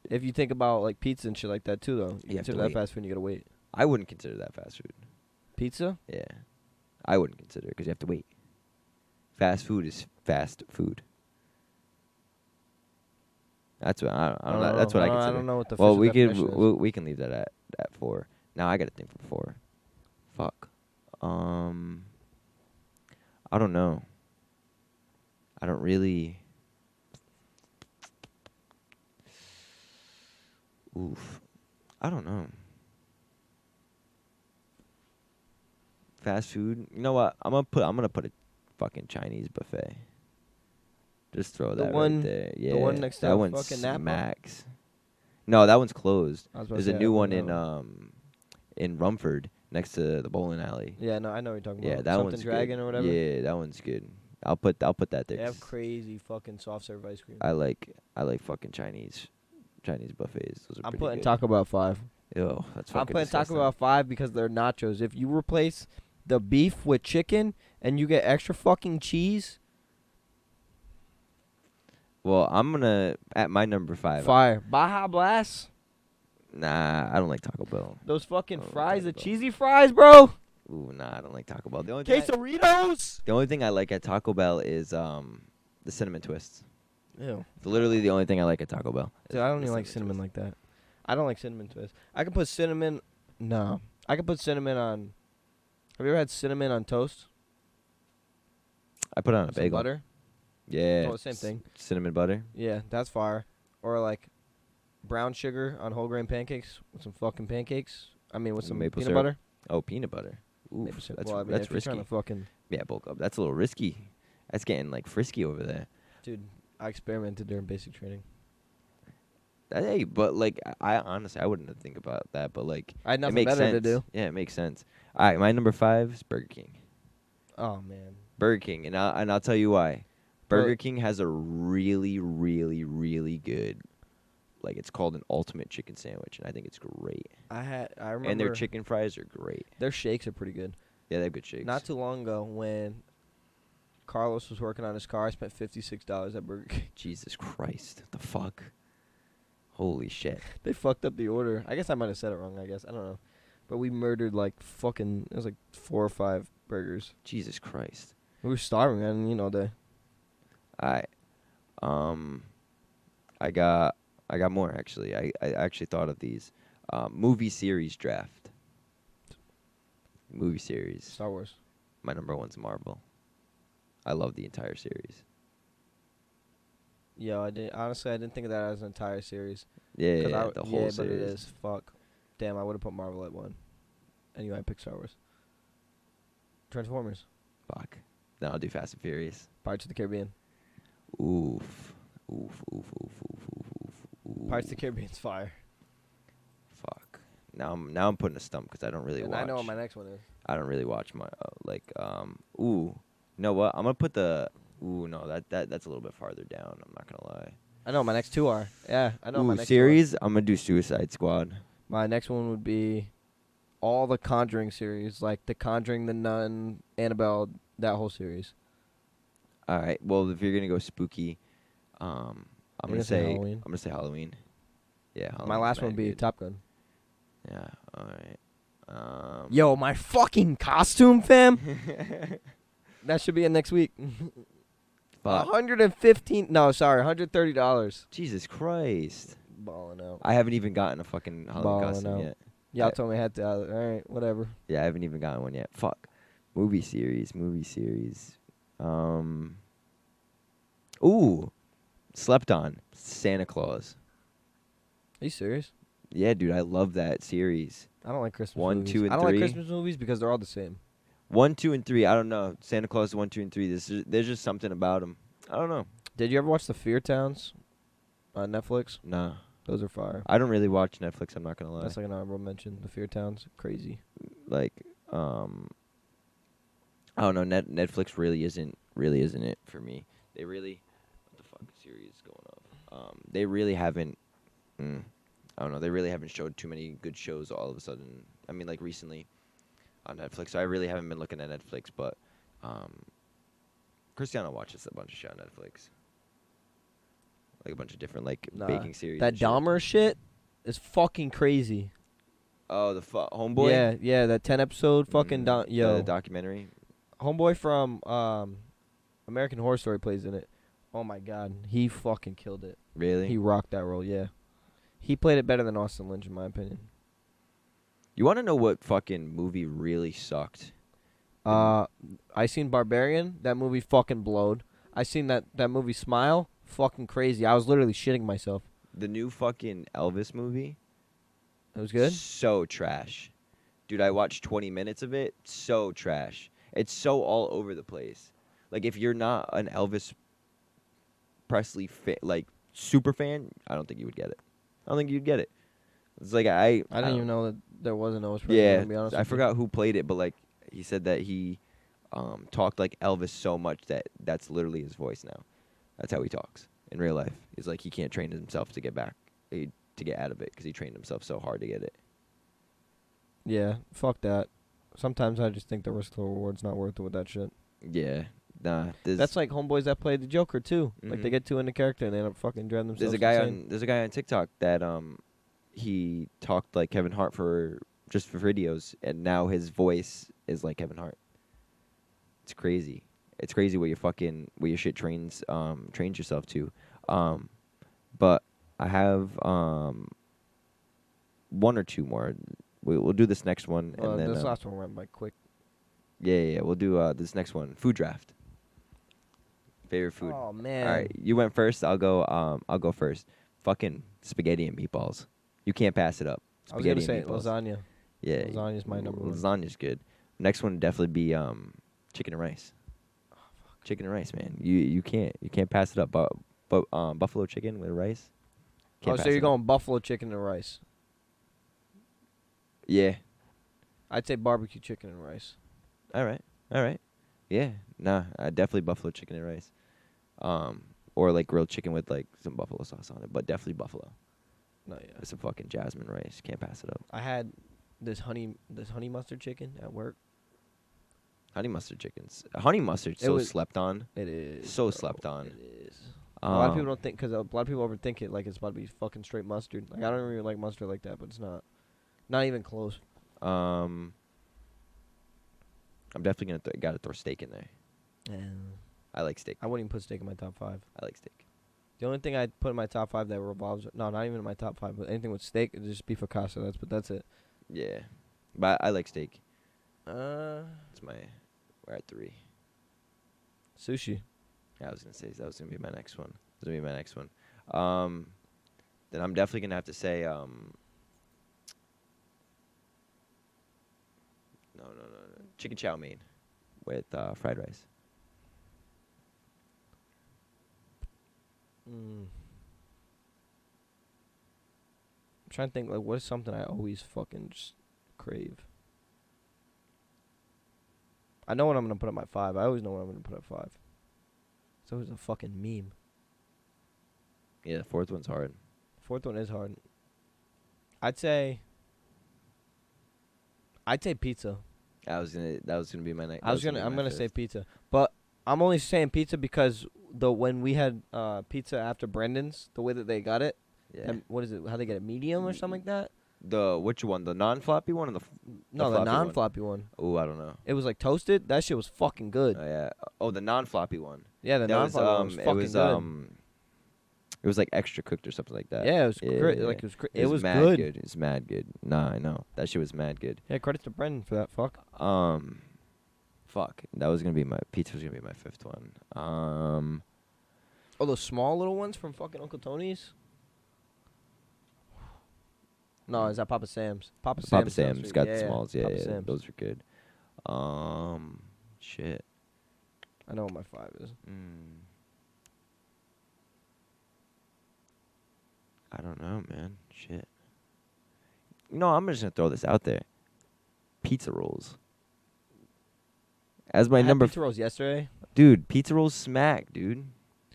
[SPEAKER 1] if you think about like pizza and shit like that too, though, you,
[SPEAKER 2] You have to
[SPEAKER 1] consider that
[SPEAKER 2] wait.
[SPEAKER 1] fast food. and You gotta wait.
[SPEAKER 2] I wouldn't consider that fast food.
[SPEAKER 1] Pizza?
[SPEAKER 2] Yeah, I wouldn't consider it because you have to wait. Fast food is fast food. That's what I, I don't know. That's what I
[SPEAKER 1] don't-
[SPEAKER 2] consider.
[SPEAKER 1] Uh, I don't know what the
[SPEAKER 2] well,
[SPEAKER 1] official
[SPEAKER 2] we can
[SPEAKER 1] definition is.
[SPEAKER 2] we, we can leave that at at four. Now I got to think for four. Fuck. Um. I don't know. I don't really. Oof. I don't know. Fast food. You know what? I'm gonna put. I'm gonna put a fucking Chinese buffet. Just throw
[SPEAKER 1] The
[SPEAKER 2] that
[SPEAKER 1] one-
[SPEAKER 2] right there.
[SPEAKER 1] the
[SPEAKER 2] Yeah,
[SPEAKER 1] one next to
[SPEAKER 2] that one
[SPEAKER 1] fucking Napa?
[SPEAKER 2] smacks. No, that one's closed.
[SPEAKER 1] I was about to
[SPEAKER 2] There's a
[SPEAKER 1] say, I
[SPEAKER 2] new
[SPEAKER 1] don't
[SPEAKER 2] one in
[SPEAKER 1] know.
[SPEAKER 2] um in Rumford next to the bowling alley.
[SPEAKER 1] Yeah, no, I know what you're talking
[SPEAKER 2] Yeah,
[SPEAKER 1] about.
[SPEAKER 2] that
[SPEAKER 1] Something
[SPEAKER 2] one's
[SPEAKER 1] dragon
[SPEAKER 2] good.
[SPEAKER 1] or whatever.
[SPEAKER 2] Yeah, that one's good. I'll put I'll put that there.
[SPEAKER 1] They have
[SPEAKER 2] 'cause
[SPEAKER 1] crazy fucking soft serve ice cream.
[SPEAKER 2] I like I like fucking Chinese Chinese buffets. Those are
[SPEAKER 1] I'm
[SPEAKER 2] pretty
[SPEAKER 1] putting
[SPEAKER 2] good.
[SPEAKER 1] Taco Bell five.
[SPEAKER 2] Ew, that's
[SPEAKER 1] I'm
[SPEAKER 2] fucking
[SPEAKER 1] putting Taco
[SPEAKER 2] disgusting.
[SPEAKER 1] Bell five because they're nachos. If you replace the beef with chicken and you get extra fucking cheese,
[SPEAKER 2] Well, I'm gonna at my number five.
[SPEAKER 1] fire. Baja Blast,
[SPEAKER 2] Nah, I don't like Taco Bell.
[SPEAKER 1] those fucking
[SPEAKER 2] Oh, I
[SPEAKER 1] fries, the
[SPEAKER 2] don't know.
[SPEAKER 1] cheesy fries, bro.
[SPEAKER 2] Ooh, nah, I don't like Taco Bell. The only thing I,
[SPEAKER 1] Quesaritos.
[SPEAKER 2] the only thing I like at Taco Bell is um the cinnamon twists.
[SPEAKER 1] Ew.
[SPEAKER 2] It's literally the only thing I like at Taco Bell.
[SPEAKER 1] Dude, I don't even like cinnamon like that. I don't like cinnamon twist. I can put cinnamon. No, I can put cinnamon on. Have you ever had cinnamon on toast?
[SPEAKER 2] I put it on a
[SPEAKER 1] With some
[SPEAKER 2] bagel.
[SPEAKER 1] butter.
[SPEAKER 2] Yeah.
[SPEAKER 1] Oh, the same
[SPEAKER 2] c-
[SPEAKER 1] thing.
[SPEAKER 2] Cinnamon butter.
[SPEAKER 1] Yeah, that's fire. Or like brown sugar on whole grain pancakes with some fucking pancakes. I mean, with some
[SPEAKER 2] Maple
[SPEAKER 1] peanut
[SPEAKER 2] syrup.
[SPEAKER 1] butter.
[SPEAKER 2] Oh, peanut butter. Ooh,
[SPEAKER 1] Maple syrup.
[SPEAKER 2] that's
[SPEAKER 1] well, I mean,
[SPEAKER 2] that's
[SPEAKER 1] if you're trying
[SPEAKER 2] risky.
[SPEAKER 1] to fucking
[SPEAKER 2] Yeah, bulk up. That's a little risky. That's getting like frisky over there.
[SPEAKER 1] Dude, I experimented during basic training.
[SPEAKER 2] Uh, Hey, but like I I honestly I wouldn't think about that, but like
[SPEAKER 1] I
[SPEAKER 2] it
[SPEAKER 1] had nothing
[SPEAKER 2] makes
[SPEAKER 1] better
[SPEAKER 2] sense.
[SPEAKER 1] to do.
[SPEAKER 2] Yeah, it makes sense. All right, my number five is Burger King.
[SPEAKER 1] Oh man.
[SPEAKER 2] Burger King, and I and I'll tell you why. Burger
[SPEAKER 1] Well-
[SPEAKER 2] King has a really, really, really good, like it's called an ultimate chicken sandwich, and I think it's great.
[SPEAKER 1] I had I remember
[SPEAKER 2] And their chicken fries are great.
[SPEAKER 1] their shakes are pretty good.
[SPEAKER 2] Yeah, they have good shakes.
[SPEAKER 1] Not too long ago when Carlos was working on his car, I spent fifty six dollars at Burger King.
[SPEAKER 2] Jesus Christ, what the fuck? Holy shit!
[SPEAKER 1] They fucked up the order. I guess I might have said it wrong, I guess. I don't know. But we murdered like fucking it was like four or five burgers.
[SPEAKER 2] Jesus Christ!
[SPEAKER 1] We were starving, I didn't eat all day.
[SPEAKER 2] I, um, I got I got more actually. I I actually thought of these, um, movie series draft. Movie series.
[SPEAKER 1] Star Wars.
[SPEAKER 2] My number one's Marvel. I love the entire series.
[SPEAKER 1] Yo, I did honestly I didn't think of that as an entire series.
[SPEAKER 2] Yeah, yeah,
[SPEAKER 1] 'Cause I
[SPEAKER 2] yeah,
[SPEAKER 1] w-
[SPEAKER 2] the whole
[SPEAKER 1] yeah,
[SPEAKER 2] series.
[SPEAKER 1] but it is. Fuck. Damn, I would have put Marvel at one. Anyway, I picked Star Wars. Transformers.
[SPEAKER 2] Fuck. Then I'll do Fast and Furious.
[SPEAKER 1] Pirates of the Caribbean.
[SPEAKER 2] Oof. Oof. Oof. Oof. Oof. Oof. Oof. oof.
[SPEAKER 1] Pirates of the Caribbean's fire.
[SPEAKER 2] Fuck. Now I'm now I'm putting a stump because I don't really
[SPEAKER 1] and
[SPEAKER 2] watch.
[SPEAKER 1] I know what my next one is.
[SPEAKER 2] I don't really watch my uh, like um ooh. You know what? I'm gonna put the ooh no that, that that's a little bit farther down. I'm not gonna lie.
[SPEAKER 1] I know what my next two are. Yeah, I know what
[SPEAKER 2] ooh,
[SPEAKER 1] my next two are.
[SPEAKER 2] series. I'm gonna do Suicide Squad.
[SPEAKER 1] My next one would be all the Conjuring series, like the Conjuring, the Nun, Annabelle, that whole series.
[SPEAKER 2] All right. Well, if you're gonna go spooky, um, I'm
[SPEAKER 1] You're
[SPEAKER 2] gonna
[SPEAKER 1] gonna say
[SPEAKER 2] say
[SPEAKER 1] Halloween?
[SPEAKER 2] I'm gonna say Halloween. Yeah. Halloween
[SPEAKER 1] my last one would be Top Gun.
[SPEAKER 2] Yeah. All right. Um,
[SPEAKER 1] Yo, my fucking costume, fam. that should be in next week.
[SPEAKER 2] fuck.
[SPEAKER 1] 115 No, sorry, $130.
[SPEAKER 2] Jesus Christ.
[SPEAKER 1] Balling out.
[SPEAKER 2] I haven't even gotten a fucking Halloween
[SPEAKER 1] Balling
[SPEAKER 2] costume
[SPEAKER 1] out.
[SPEAKER 2] yet.
[SPEAKER 1] Y'all
[SPEAKER 2] I-
[SPEAKER 1] told me I had to. all right, whatever.
[SPEAKER 2] Yeah, I haven't even gotten one yet. Fuck. Movie series, movie series. Um. Ooh, slept on Santa Claus.
[SPEAKER 1] Are you serious?
[SPEAKER 2] Yeah, dude, I love that series.
[SPEAKER 1] I don't like Christmas
[SPEAKER 2] One,
[SPEAKER 1] movies.
[SPEAKER 2] two, and
[SPEAKER 1] I don't
[SPEAKER 2] three.
[SPEAKER 1] like Christmas movies because they're all the same.
[SPEAKER 2] One, two, and three. I don't know. Santa Claus one, two, and three. This is, there's just something about them. I don't know.
[SPEAKER 1] Did you ever watch The Fear Towns on Netflix?
[SPEAKER 2] Nah,
[SPEAKER 1] Those are fire.
[SPEAKER 2] I don't really watch Netflix. I'm not gonna lie.
[SPEAKER 1] That's like an honorable mention. The Fear Towns, crazy.
[SPEAKER 2] like um I don't know, Net- Netflix really isn't really isn't it for me. They really what the fuck series is going off. Um they really haven't mm, I don't know, they really haven't showed too many good shows all of a sudden. I mean like recently on Netflix. So I really haven't been looking at Netflix, but um Cristiano watches a bunch of shit on Netflix. Like a bunch of different like
[SPEAKER 1] Nah,
[SPEAKER 2] baking series.
[SPEAKER 1] That
[SPEAKER 2] and shit.
[SPEAKER 1] Dahmer shit is fucking crazy.
[SPEAKER 2] Oh, the fu- Homeboy?
[SPEAKER 1] Yeah, yeah, that ten episode fucking
[SPEAKER 2] Mm,
[SPEAKER 1] Dom- yo
[SPEAKER 2] The documentary.
[SPEAKER 1] homeboy from um American Horror Story plays in it. Oh my god, he fucking killed it.
[SPEAKER 2] Really?
[SPEAKER 1] He rocked that role. Yeah, he played it better than Austin Lynch in my opinion.
[SPEAKER 2] You want to know what fucking movie really sucked?
[SPEAKER 1] Uh, I seen Barbarian. That movie fucking blowed. I seen that that movie Smile. Fucking crazy. I was literally shitting myself.
[SPEAKER 2] The new fucking Elvis movie.
[SPEAKER 1] It was good.
[SPEAKER 2] So trash. Dude, I watched 20 minutes of it. So trash. It's so all over the place. Like if you're not an Elvis Presley fa- like super fan, I don't think you would get it. I don't think you'd get it. It's like I
[SPEAKER 1] I didn't
[SPEAKER 2] don't-
[SPEAKER 1] even know that there was an Elvis. Presley,
[SPEAKER 2] Yeah,
[SPEAKER 1] to be honest
[SPEAKER 2] I
[SPEAKER 1] with you.
[SPEAKER 2] forgot who played it, but like he said that he um, talked like Elvis so much that that's literally his voice now. That's how he talks in real life. It's like he can't train himself to get back eh, to get out of it because he trained himself so hard to get it.
[SPEAKER 1] Yeah, fuck that. Sometimes I just think the risk of the reward's not worth it with that shit.
[SPEAKER 2] Yeah, nah. There's,
[SPEAKER 1] That's like homeboys that play the Joker too. Like they
[SPEAKER 2] Mhm.
[SPEAKER 1] get too into character and they end up fucking driving themselves.
[SPEAKER 2] there's a guy
[SPEAKER 1] insane.
[SPEAKER 2] on there's a guy on TikTok that um he talked like Kevin Hart for just for videos, and now his voice is like Kevin Hart. It's crazy. It's crazy what your fucking what your shit trains um trains yourself to. Um, but I have um one or two more. We, we'll do this next one,
[SPEAKER 1] Uh,
[SPEAKER 2] and then
[SPEAKER 1] this
[SPEAKER 2] uh,
[SPEAKER 1] last one went by quick.
[SPEAKER 2] yeah, yeah, yeah, we'll do uh, this next one. Food draft. Favorite food.
[SPEAKER 1] Oh man.
[SPEAKER 2] All right, you went first. I'll go. Um, I'll go first. Fucking spaghetti and meatballs. You can't pass it up.
[SPEAKER 1] I was gonna say
[SPEAKER 2] Spaghetti and meatballs.
[SPEAKER 1] lasagna.
[SPEAKER 2] Yeah,
[SPEAKER 1] lasagna's my number one. Ah,
[SPEAKER 2] Lasagna's good. Next one would definitely be um, chicken and rice. chicken and rice, man. You you can't you can't pass it up. But but um, buffalo chicken with rice. can't
[SPEAKER 1] oh, so
[SPEAKER 2] pass
[SPEAKER 1] you're
[SPEAKER 2] it up.
[SPEAKER 1] going buffalo chicken and rice.
[SPEAKER 2] Yeah.
[SPEAKER 1] I'd say barbecue chicken and rice.
[SPEAKER 2] All right. All right. Yeah. Nah. I definitely buffalo chicken and rice. Um. Or like grilled chicken with like some buffalo sauce on it, but definitely buffalo.
[SPEAKER 1] No, yeah.
[SPEAKER 2] It's a fucking jasmine rice. Can't pass it up.
[SPEAKER 1] I had this honey this honey mustard chicken at work.
[SPEAKER 2] Honey mustard chickens. Honey mustard
[SPEAKER 1] It
[SPEAKER 2] so
[SPEAKER 1] was-
[SPEAKER 2] slept on.
[SPEAKER 1] It is
[SPEAKER 2] So
[SPEAKER 1] bro,
[SPEAKER 2] slept on.
[SPEAKER 1] It is. a lot of people
[SPEAKER 2] Um,
[SPEAKER 1] don't think because a lot of people overthink it like it's about to be fucking straight mustard. Like I don't really like mustard like that, but it's not. Not even close.
[SPEAKER 2] Um, I'm definitely gonna th- gotta throw steak in there. I like steak.
[SPEAKER 1] I wouldn't even put steak in my top five.
[SPEAKER 2] I like steak.
[SPEAKER 1] The only thing I put in my top five that revolves no, not even in my top five, but anything with steak, it'd just be focaccia. That's but that's it.
[SPEAKER 2] Yeah, but I like steak.
[SPEAKER 1] Uh,
[SPEAKER 2] It's my we're at three.
[SPEAKER 1] sushi.
[SPEAKER 2] I was gonna say that was gonna be my next one. That's gonna be my next one. Um, then I'm definitely gonna have to say um. No no no no chicken chow mein, with uh, fried rice.
[SPEAKER 1] Mm. I'm trying to think like what is something I always fucking just crave. I know what I'm gonna put at my five. I always know what I'm gonna put at five. It's always a fucking meme.
[SPEAKER 2] Yeah, the fourth one's hard.
[SPEAKER 1] Fourth one is hard. I'd say. I'd say pizza.
[SPEAKER 2] I was gonna that was gonna be my next.
[SPEAKER 1] I was gonna. I'm gonna say pizza, but I'm only saying pizza because the when we had uh, pizza after Brendan's, the way that they got it,
[SPEAKER 2] yeah.
[SPEAKER 1] um, what is it? How they get it? Medium or something like that?
[SPEAKER 2] the which one the non floppy one or the f-
[SPEAKER 1] No, the,
[SPEAKER 2] floppy one.
[SPEAKER 1] non-floppy one.
[SPEAKER 2] oh I don't know.
[SPEAKER 1] It was like toasted. That shit was fucking good.
[SPEAKER 2] Oh yeah. Oh, the non-floppy one.
[SPEAKER 1] yeah, the
[SPEAKER 2] that was,
[SPEAKER 1] non-floppy
[SPEAKER 2] um,
[SPEAKER 1] one was
[SPEAKER 2] it
[SPEAKER 1] fucking
[SPEAKER 2] was
[SPEAKER 1] good.
[SPEAKER 2] um, it was like extra cooked or something like that.
[SPEAKER 1] yeah, it was
[SPEAKER 2] yeah,
[SPEAKER 1] cri-
[SPEAKER 2] yeah,
[SPEAKER 1] like
[SPEAKER 2] yeah.
[SPEAKER 1] it was. Cri-
[SPEAKER 2] It, was, mad
[SPEAKER 1] good.
[SPEAKER 2] It's mad good. Nah, I know that shit was mad good.
[SPEAKER 1] Yeah, credits to Brendan for that. Fuck.
[SPEAKER 2] Um, fuck, that was gonna be my pizza was gonna be my fifth one. Um,
[SPEAKER 1] Oh, those small little ones from fucking Uncle Tony's. No, is that Papa Sam's? Papa Sam's.
[SPEAKER 2] Papa
[SPEAKER 1] down the
[SPEAKER 2] Sam's
[SPEAKER 1] street.
[SPEAKER 2] got
[SPEAKER 1] Yeah,
[SPEAKER 2] the smalls. Yeah,
[SPEAKER 1] Papa
[SPEAKER 2] yeah,
[SPEAKER 1] Sam's.
[SPEAKER 2] those are good. Um, shit.
[SPEAKER 1] I know what my five is.
[SPEAKER 2] Mm. I don't know, man. Shit. No, I'm just gonna throw this out there. Pizza rolls. As my
[SPEAKER 1] I had
[SPEAKER 2] number, f-
[SPEAKER 1] pizza rolls yesterday.
[SPEAKER 2] dude. Pizza rolls smack, dude.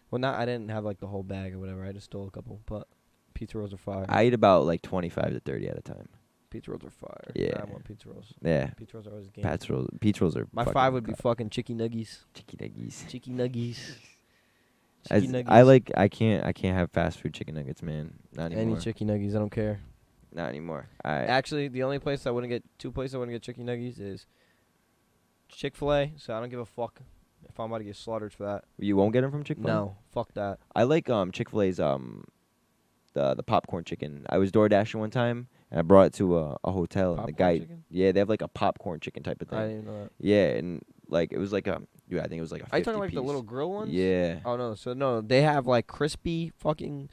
[SPEAKER 1] Well, not I didn't have like the whole bag or whatever. I just stole a couple, but pizza rolls are fire.
[SPEAKER 2] I eat about like 25 to 30 at a time.
[SPEAKER 1] pizza rolls are fire.
[SPEAKER 2] Yeah.
[SPEAKER 1] I want pizza rolls.
[SPEAKER 2] Yeah,
[SPEAKER 1] Pizza rolls are always game.
[SPEAKER 2] pizza rolls. Pizza rolls are.
[SPEAKER 1] My
[SPEAKER 2] fucking
[SPEAKER 1] five would be
[SPEAKER 2] god-
[SPEAKER 1] fucking chicky nuggies.
[SPEAKER 2] chicken nuggets.
[SPEAKER 1] Chicky nuggies.
[SPEAKER 2] As-
[SPEAKER 1] Chicky nuggies.
[SPEAKER 2] I like. I can't. I can't have fast food chicken nuggets, man. Not
[SPEAKER 1] any
[SPEAKER 2] anymore.
[SPEAKER 1] chicky nuggies. I don't care.
[SPEAKER 2] Not anymore. I.
[SPEAKER 1] Actually, the only place I wouldn't get two places I wouldn't get chicky nuggies is Chick Fil A. So I don't give a fuck if I'm about to get slaughtered for that.
[SPEAKER 2] You won't get them from Chick Fil A.
[SPEAKER 1] No, fuck that.
[SPEAKER 2] I like um Chick Fil A's um the the popcorn chicken. I was door dashing one time and I brought it to a, a hotel and the
[SPEAKER 1] Popcorn
[SPEAKER 2] guy
[SPEAKER 1] chicken?
[SPEAKER 2] yeah they have like a popcorn chicken type of
[SPEAKER 1] I
[SPEAKER 2] thing.
[SPEAKER 1] didn't know that.
[SPEAKER 2] Yeah, and like it was like a dude I think it was like a.
[SPEAKER 1] Are you
[SPEAKER 2] 50
[SPEAKER 1] talking like the
[SPEAKER 2] piece.
[SPEAKER 1] little grill ones?
[SPEAKER 2] Yeah.
[SPEAKER 1] Oh no, so no, they have like crispy fucking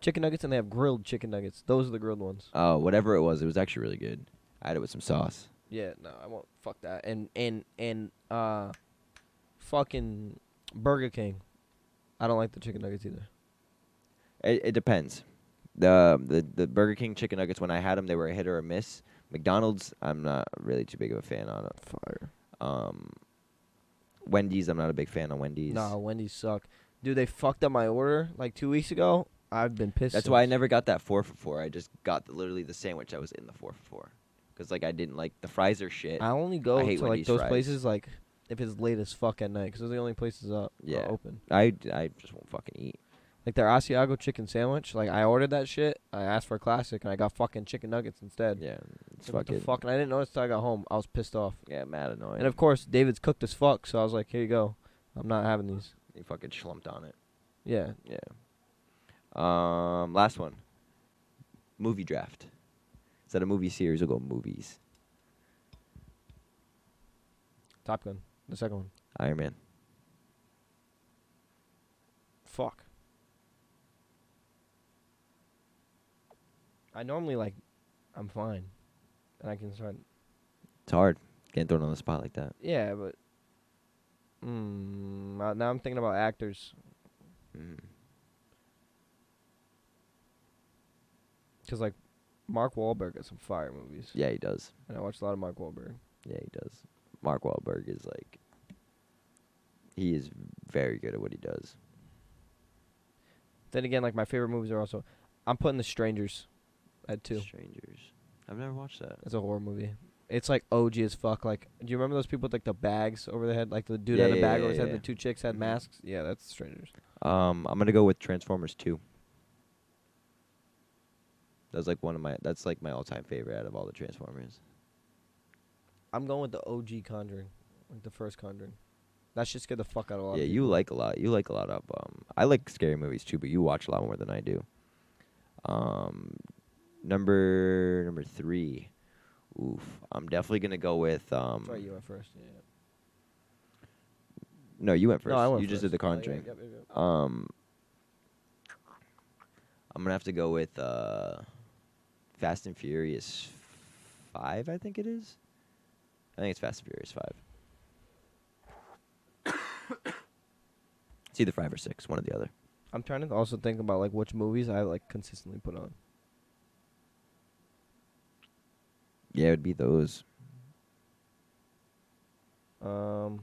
[SPEAKER 1] chicken nuggets and they have grilled chicken nuggets. Those are the grilled ones.
[SPEAKER 2] Oh, whatever it was, it was actually really good. I had it with some sauce.
[SPEAKER 1] Yeah, no, I won't fuck that. And and and uh fucking Burger King. I don't like the chicken nuggets either.
[SPEAKER 2] It, it depends. The, um, the the Burger King chicken nuggets when I had them they were a hit or a miss. McDonald's I'm not really too big of a fan on.
[SPEAKER 1] Fire.
[SPEAKER 2] Um, Wendy's I'm not a big fan of Wendy's.
[SPEAKER 1] Nah, Wendy's suck. Dude, they fucked up my order like two weeks ago. I've been pissed.
[SPEAKER 2] That's why I
[SPEAKER 1] since.
[SPEAKER 2] never got that four for four. I just got the, literally the sandwich that was in the four for four, because like I didn't like the fries are shit.
[SPEAKER 1] I only go
[SPEAKER 2] I
[SPEAKER 1] to
[SPEAKER 2] hate
[SPEAKER 1] like
[SPEAKER 2] Wendy's
[SPEAKER 1] those
[SPEAKER 2] fries.
[SPEAKER 1] places like if it's late as fuck at night because those are the only places up
[SPEAKER 2] Yeah.
[SPEAKER 1] open.
[SPEAKER 2] I, I just won't fucking eat.
[SPEAKER 1] Like their Asiago chicken sandwich. Like I ordered that shit. I asked for a classic and I got fucking chicken nuggets instead.
[SPEAKER 2] Yeah, it's
[SPEAKER 1] Like, what
[SPEAKER 2] fucking
[SPEAKER 1] the fuck? And I didn't notice till I got home. I was pissed off.
[SPEAKER 2] yeah, mad annoying.
[SPEAKER 1] And of course, David's cooked as fuck, so I was like, here you go. I'm not having these.
[SPEAKER 2] he fucking slumped on it.
[SPEAKER 1] Yeah.
[SPEAKER 2] Yeah. Um, last one. Movie draft. Instead of movie series, we'll go movies.
[SPEAKER 1] Top Gun. The second one.
[SPEAKER 2] Iron Man.
[SPEAKER 1] Fuck. I normally like, I'm fine, and I can start.
[SPEAKER 2] It's hard getting thrown on the spot like that.
[SPEAKER 1] Yeah, but Mm, uh, now I'm thinking about actors Mm-hmm.
[SPEAKER 2] Mm.
[SPEAKER 1] because like Mark Wahlberg has some fire movies.
[SPEAKER 2] Yeah, he does.
[SPEAKER 1] And I watched a lot of Mark Wahlberg.
[SPEAKER 2] Yeah, he does. Mark Wahlberg is like he is very good at what he does.
[SPEAKER 1] Then again, like my favorite movies are also. I'm putting The Strangers at two.
[SPEAKER 2] Strangers. I've never watched that.
[SPEAKER 1] It's a horror movie. It's like OG as fuck. Like, do you remember those people with like the bags over their head? Like the dude
[SPEAKER 2] Yeah,
[SPEAKER 1] had a
[SPEAKER 2] yeah,
[SPEAKER 1] bag
[SPEAKER 2] yeah,
[SPEAKER 1] over his head.
[SPEAKER 2] yeah.
[SPEAKER 1] The two chicks had
[SPEAKER 2] Mhm.
[SPEAKER 1] masks. Yeah, that's Strangers.
[SPEAKER 2] Um, I'm gonna go with Transformers Two. That's like one of my. That's like my all-time favorite out of all the Transformers.
[SPEAKER 1] I'm going with the OG Conjuring, like the first Conjuring. That shit scared the fuck out of a lot.
[SPEAKER 2] Yeah,
[SPEAKER 1] of
[SPEAKER 2] you
[SPEAKER 1] people.
[SPEAKER 2] like a lot. You like a lot of. Um, I like scary movies too, but you watch a lot more than I do. Um, number number three. Oof, I'm definitely gonna go with. Um,
[SPEAKER 1] That's right, you went first. Yeah.
[SPEAKER 2] No, you went first.
[SPEAKER 1] No, I went
[SPEAKER 2] you just did
[SPEAKER 1] first.
[SPEAKER 2] the
[SPEAKER 1] Oh, yeah,
[SPEAKER 2] Conjuring.
[SPEAKER 1] yep, yep, yep.
[SPEAKER 2] Um, I'm gonna have to go with uh, Fast and Furious Five. I think it is. I think it's Fast and Furious Five. it's either five or six, one or the other.
[SPEAKER 1] I'm trying to also think about like which movies I like consistently put on.
[SPEAKER 2] Yeah, it would be those.
[SPEAKER 1] Um,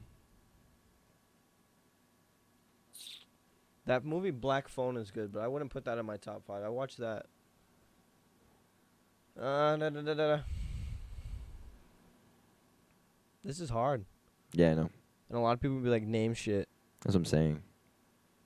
[SPEAKER 1] that movie Black Phone is good, but I wouldn't put that in my top five. I watched that. Uh, da, da, da, da, da. This is hard,
[SPEAKER 2] Yeah, I know.
[SPEAKER 1] and a lot of people be like name shit,
[SPEAKER 2] That's what I'm saying.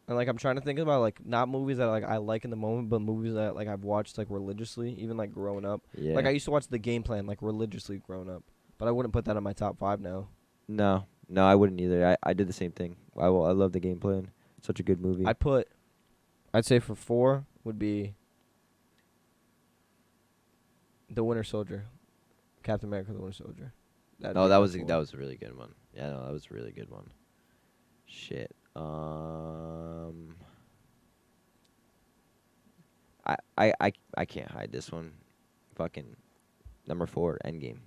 [SPEAKER 1] and like I'm trying to think about like not movies that like I like in the moment, but movies that like I've watched like religiously, even like growing up.
[SPEAKER 2] Yeah.
[SPEAKER 1] Like I used to watch The Game Plan like religiously growing up, but I wouldn't put that in my top five now.
[SPEAKER 2] no, no, I wouldn't either. I, I did the same thing. I will, I love the game plan. Such a good movie.
[SPEAKER 1] I'd put, I'd say for four would be the Winter Soldier, Captain America: The Winter Soldier. That'd
[SPEAKER 2] No,
[SPEAKER 1] be
[SPEAKER 2] that
[SPEAKER 1] my
[SPEAKER 2] was a,
[SPEAKER 1] four.
[SPEAKER 2] that was a really good one. Yeah, no, that was a really good one. Shit. Um. I I I I can't hide this one. Fucking number four, Endgame.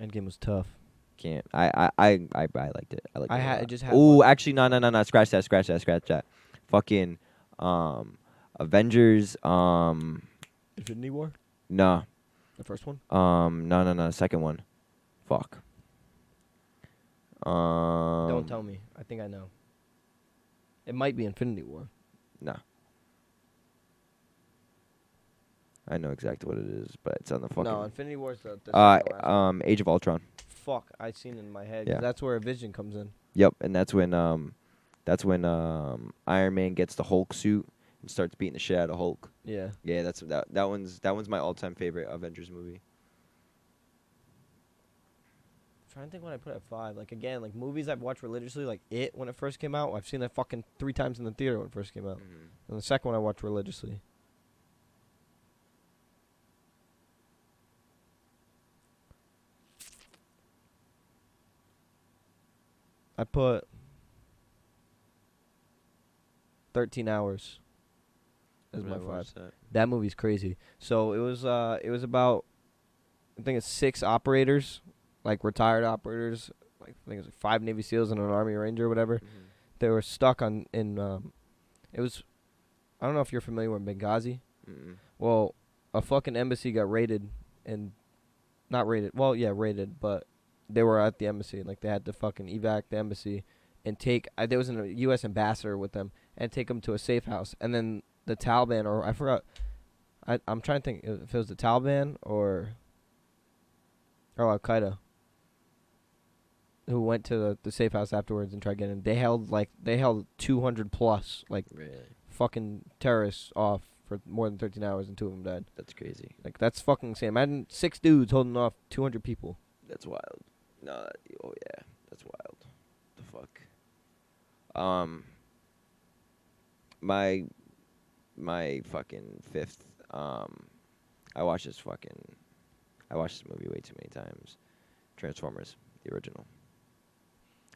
[SPEAKER 1] Endgame was tough.
[SPEAKER 2] Can't. I I I I, I liked it. I liked
[SPEAKER 1] I
[SPEAKER 2] it.
[SPEAKER 1] ha-
[SPEAKER 2] a
[SPEAKER 1] I
[SPEAKER 2] lot.
[SPEAKER 1] just had
[SPEAKER 2] Ooh,
[SPEAKER 1] one.
[SPEAKER 2] actually, no, no, no, no. Scratch that. Scratch that. Scratch that. Fucking, um, Avengers. Um,
[SPEAKER 1] Infinity War,
[SPEAKER 2] no.
[SPEAKER 1] the first one.
[SPEAKER 2] Um, no, no, no. Second one. Fuck. Um.
[SPEAKER 1] Don't tell me. I think I know. It might be Infinity War.
[SPEAKER 2] No. I know exactly what it is, but it's on the fucking.
[SPEAKER 1] no, Infinity War is the. the
[SPEAKER 2] uh,
[SPEAKER 1] second last one.
[SPEAKER 2] um, Age of Ultron.
[SPEAKER 1] Fuck, I seen it in my head. 'cause
[SPEAKER 2] yeah.
[SPEAKER 1] That's where a vision comes in.
[SPEAKER 2] Yep, and that's when um, that's when um, Iron Man gets the Hulk suit and starts beating the shit out of Hulk.
[SPEAKER 1] Yeah.
[SPEAKER 2] Yeah, that's that. That one's that one's my all-time favorite Avengers movie.
[SPEAKER 1] trying to think what I put at five. Like again, like movies I've watched religiously, like It when it first came out. I've seen that fucking three times in the theater when it first came out. And the second one I watched religiously. I put 13 hours as my five. That movie's crazy. So it was uh it was about I think it's six operators, like retired operators, like I think it's like five Navy SEALs and an Army Ranger or whatever.
[SPEAKER 2] Mm-hmm.
[SPEAKER 1] They were stuck on in um it was I don't know if you're familiar with Benghazi. Well, a fucking embassy got raided and not raided. Well, yeah, raided, but they were at the embassy. Like they had to fucking evac the embassy and take. I, there was a U.S. ambassador with them and take them to a safe house. And then the Taliban, or I forgot. I I'm trying to think if it was the Taliban or or Al Qaeda. Who went to the, the safe house afterwards and tried getting? They held like they held two hundred plus like
[SPEAKER 2] Really,
[SPEAKER 1] fucking terrorists off for more than 13 hours and two of them died.
[SPEAKER 2] that's crazy.
[SPEAKER 1] Like, that's fucking insane. Imagine six dudes holding off 200 people.
[SPEAKER 2] That's wild. No, that- oh yeah, that's wild. The fuck. Um. My, my fucking fifth. Um, I watched this fucking. I watched this movie way too many times. Transformers, the original.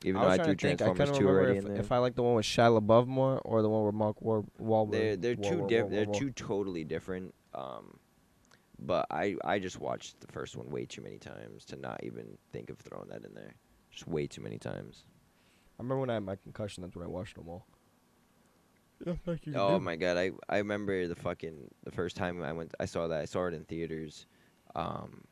[SPEAKER 2] Even though I
[SPEAKER 1] was
[SPEAKER 2] threw
[SPEAKER 1] trying to think. I
[SPEAKER 2] Transformers
[SPEAKER 1] couldn't
[SPEAKER 2] two
[SPEAKER 1] remember
[SPEAKER 2] already
[SPEAKER 1] if,
[SPEAKER 2] in there.
[SPEAKER 1] if I like the one with Shia LaBeouf more or the one with Mark War- Wahlberg.
[SPEAKER 2] They're they're
[SPEAKER 1] War-
[SPEAKER 2] two
[SPEAKER 1] War-
[SPEAKER 2] diff-
[SPEAKER 1] War-
[SPEAKER 2] they're
[SPEAKER 1] War-
[SPEAKER 2] two totally different. Um, but I I just watched the first one way too many times to not even think of throwing that in there. Just way too many times.
[SPEAKER 1] I remember when I had my concussion. That's when I watched them all.
[SPEAKER 2] Oh my god, I I remember the fucking the first time I went I saw that I saw it in theaters. Um,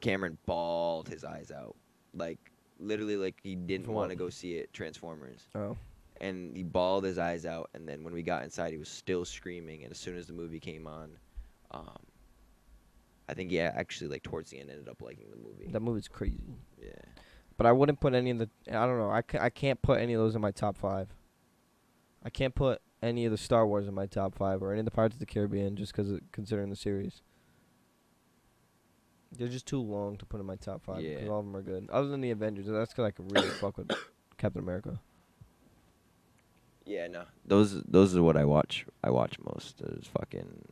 [SPEAKER 2] Cameron bawled his eyes out, like literally like he didn't
[SPEAKER 1] For
[SPEAKER 2] want to
[SPEAKER 1] what?
[SPEAKER 2] go see it Transformers,
[SPEAKER 1] Oh.
[SPEAKER 2] and he bawled his eyes out. And then when we got inside, he was still screaming. And as soon as the movie came on, um, I think yeah, actually like towards the end ended up liking the movie.
[SPEAKER 1] That movie's crazy.
[SPEAKER 2] yeah,
[SPEAKER 1] But I wouldn't put any of the. I don't know. I, ca- I can't put any of those in my top five. I can't put any of the Star Wars in my top five or any of the Pirates of the Caribbean just because considering the series. They're just too long to put in my top five because
[SPEAKER 2] Yeah.
[SPEAKER 1] all of them are good. Other than the Avengers, that's because I could really fuck with Captain America.
[SPEAKER 2] yeah, no, those those are what I watch. I watch most. Is fucking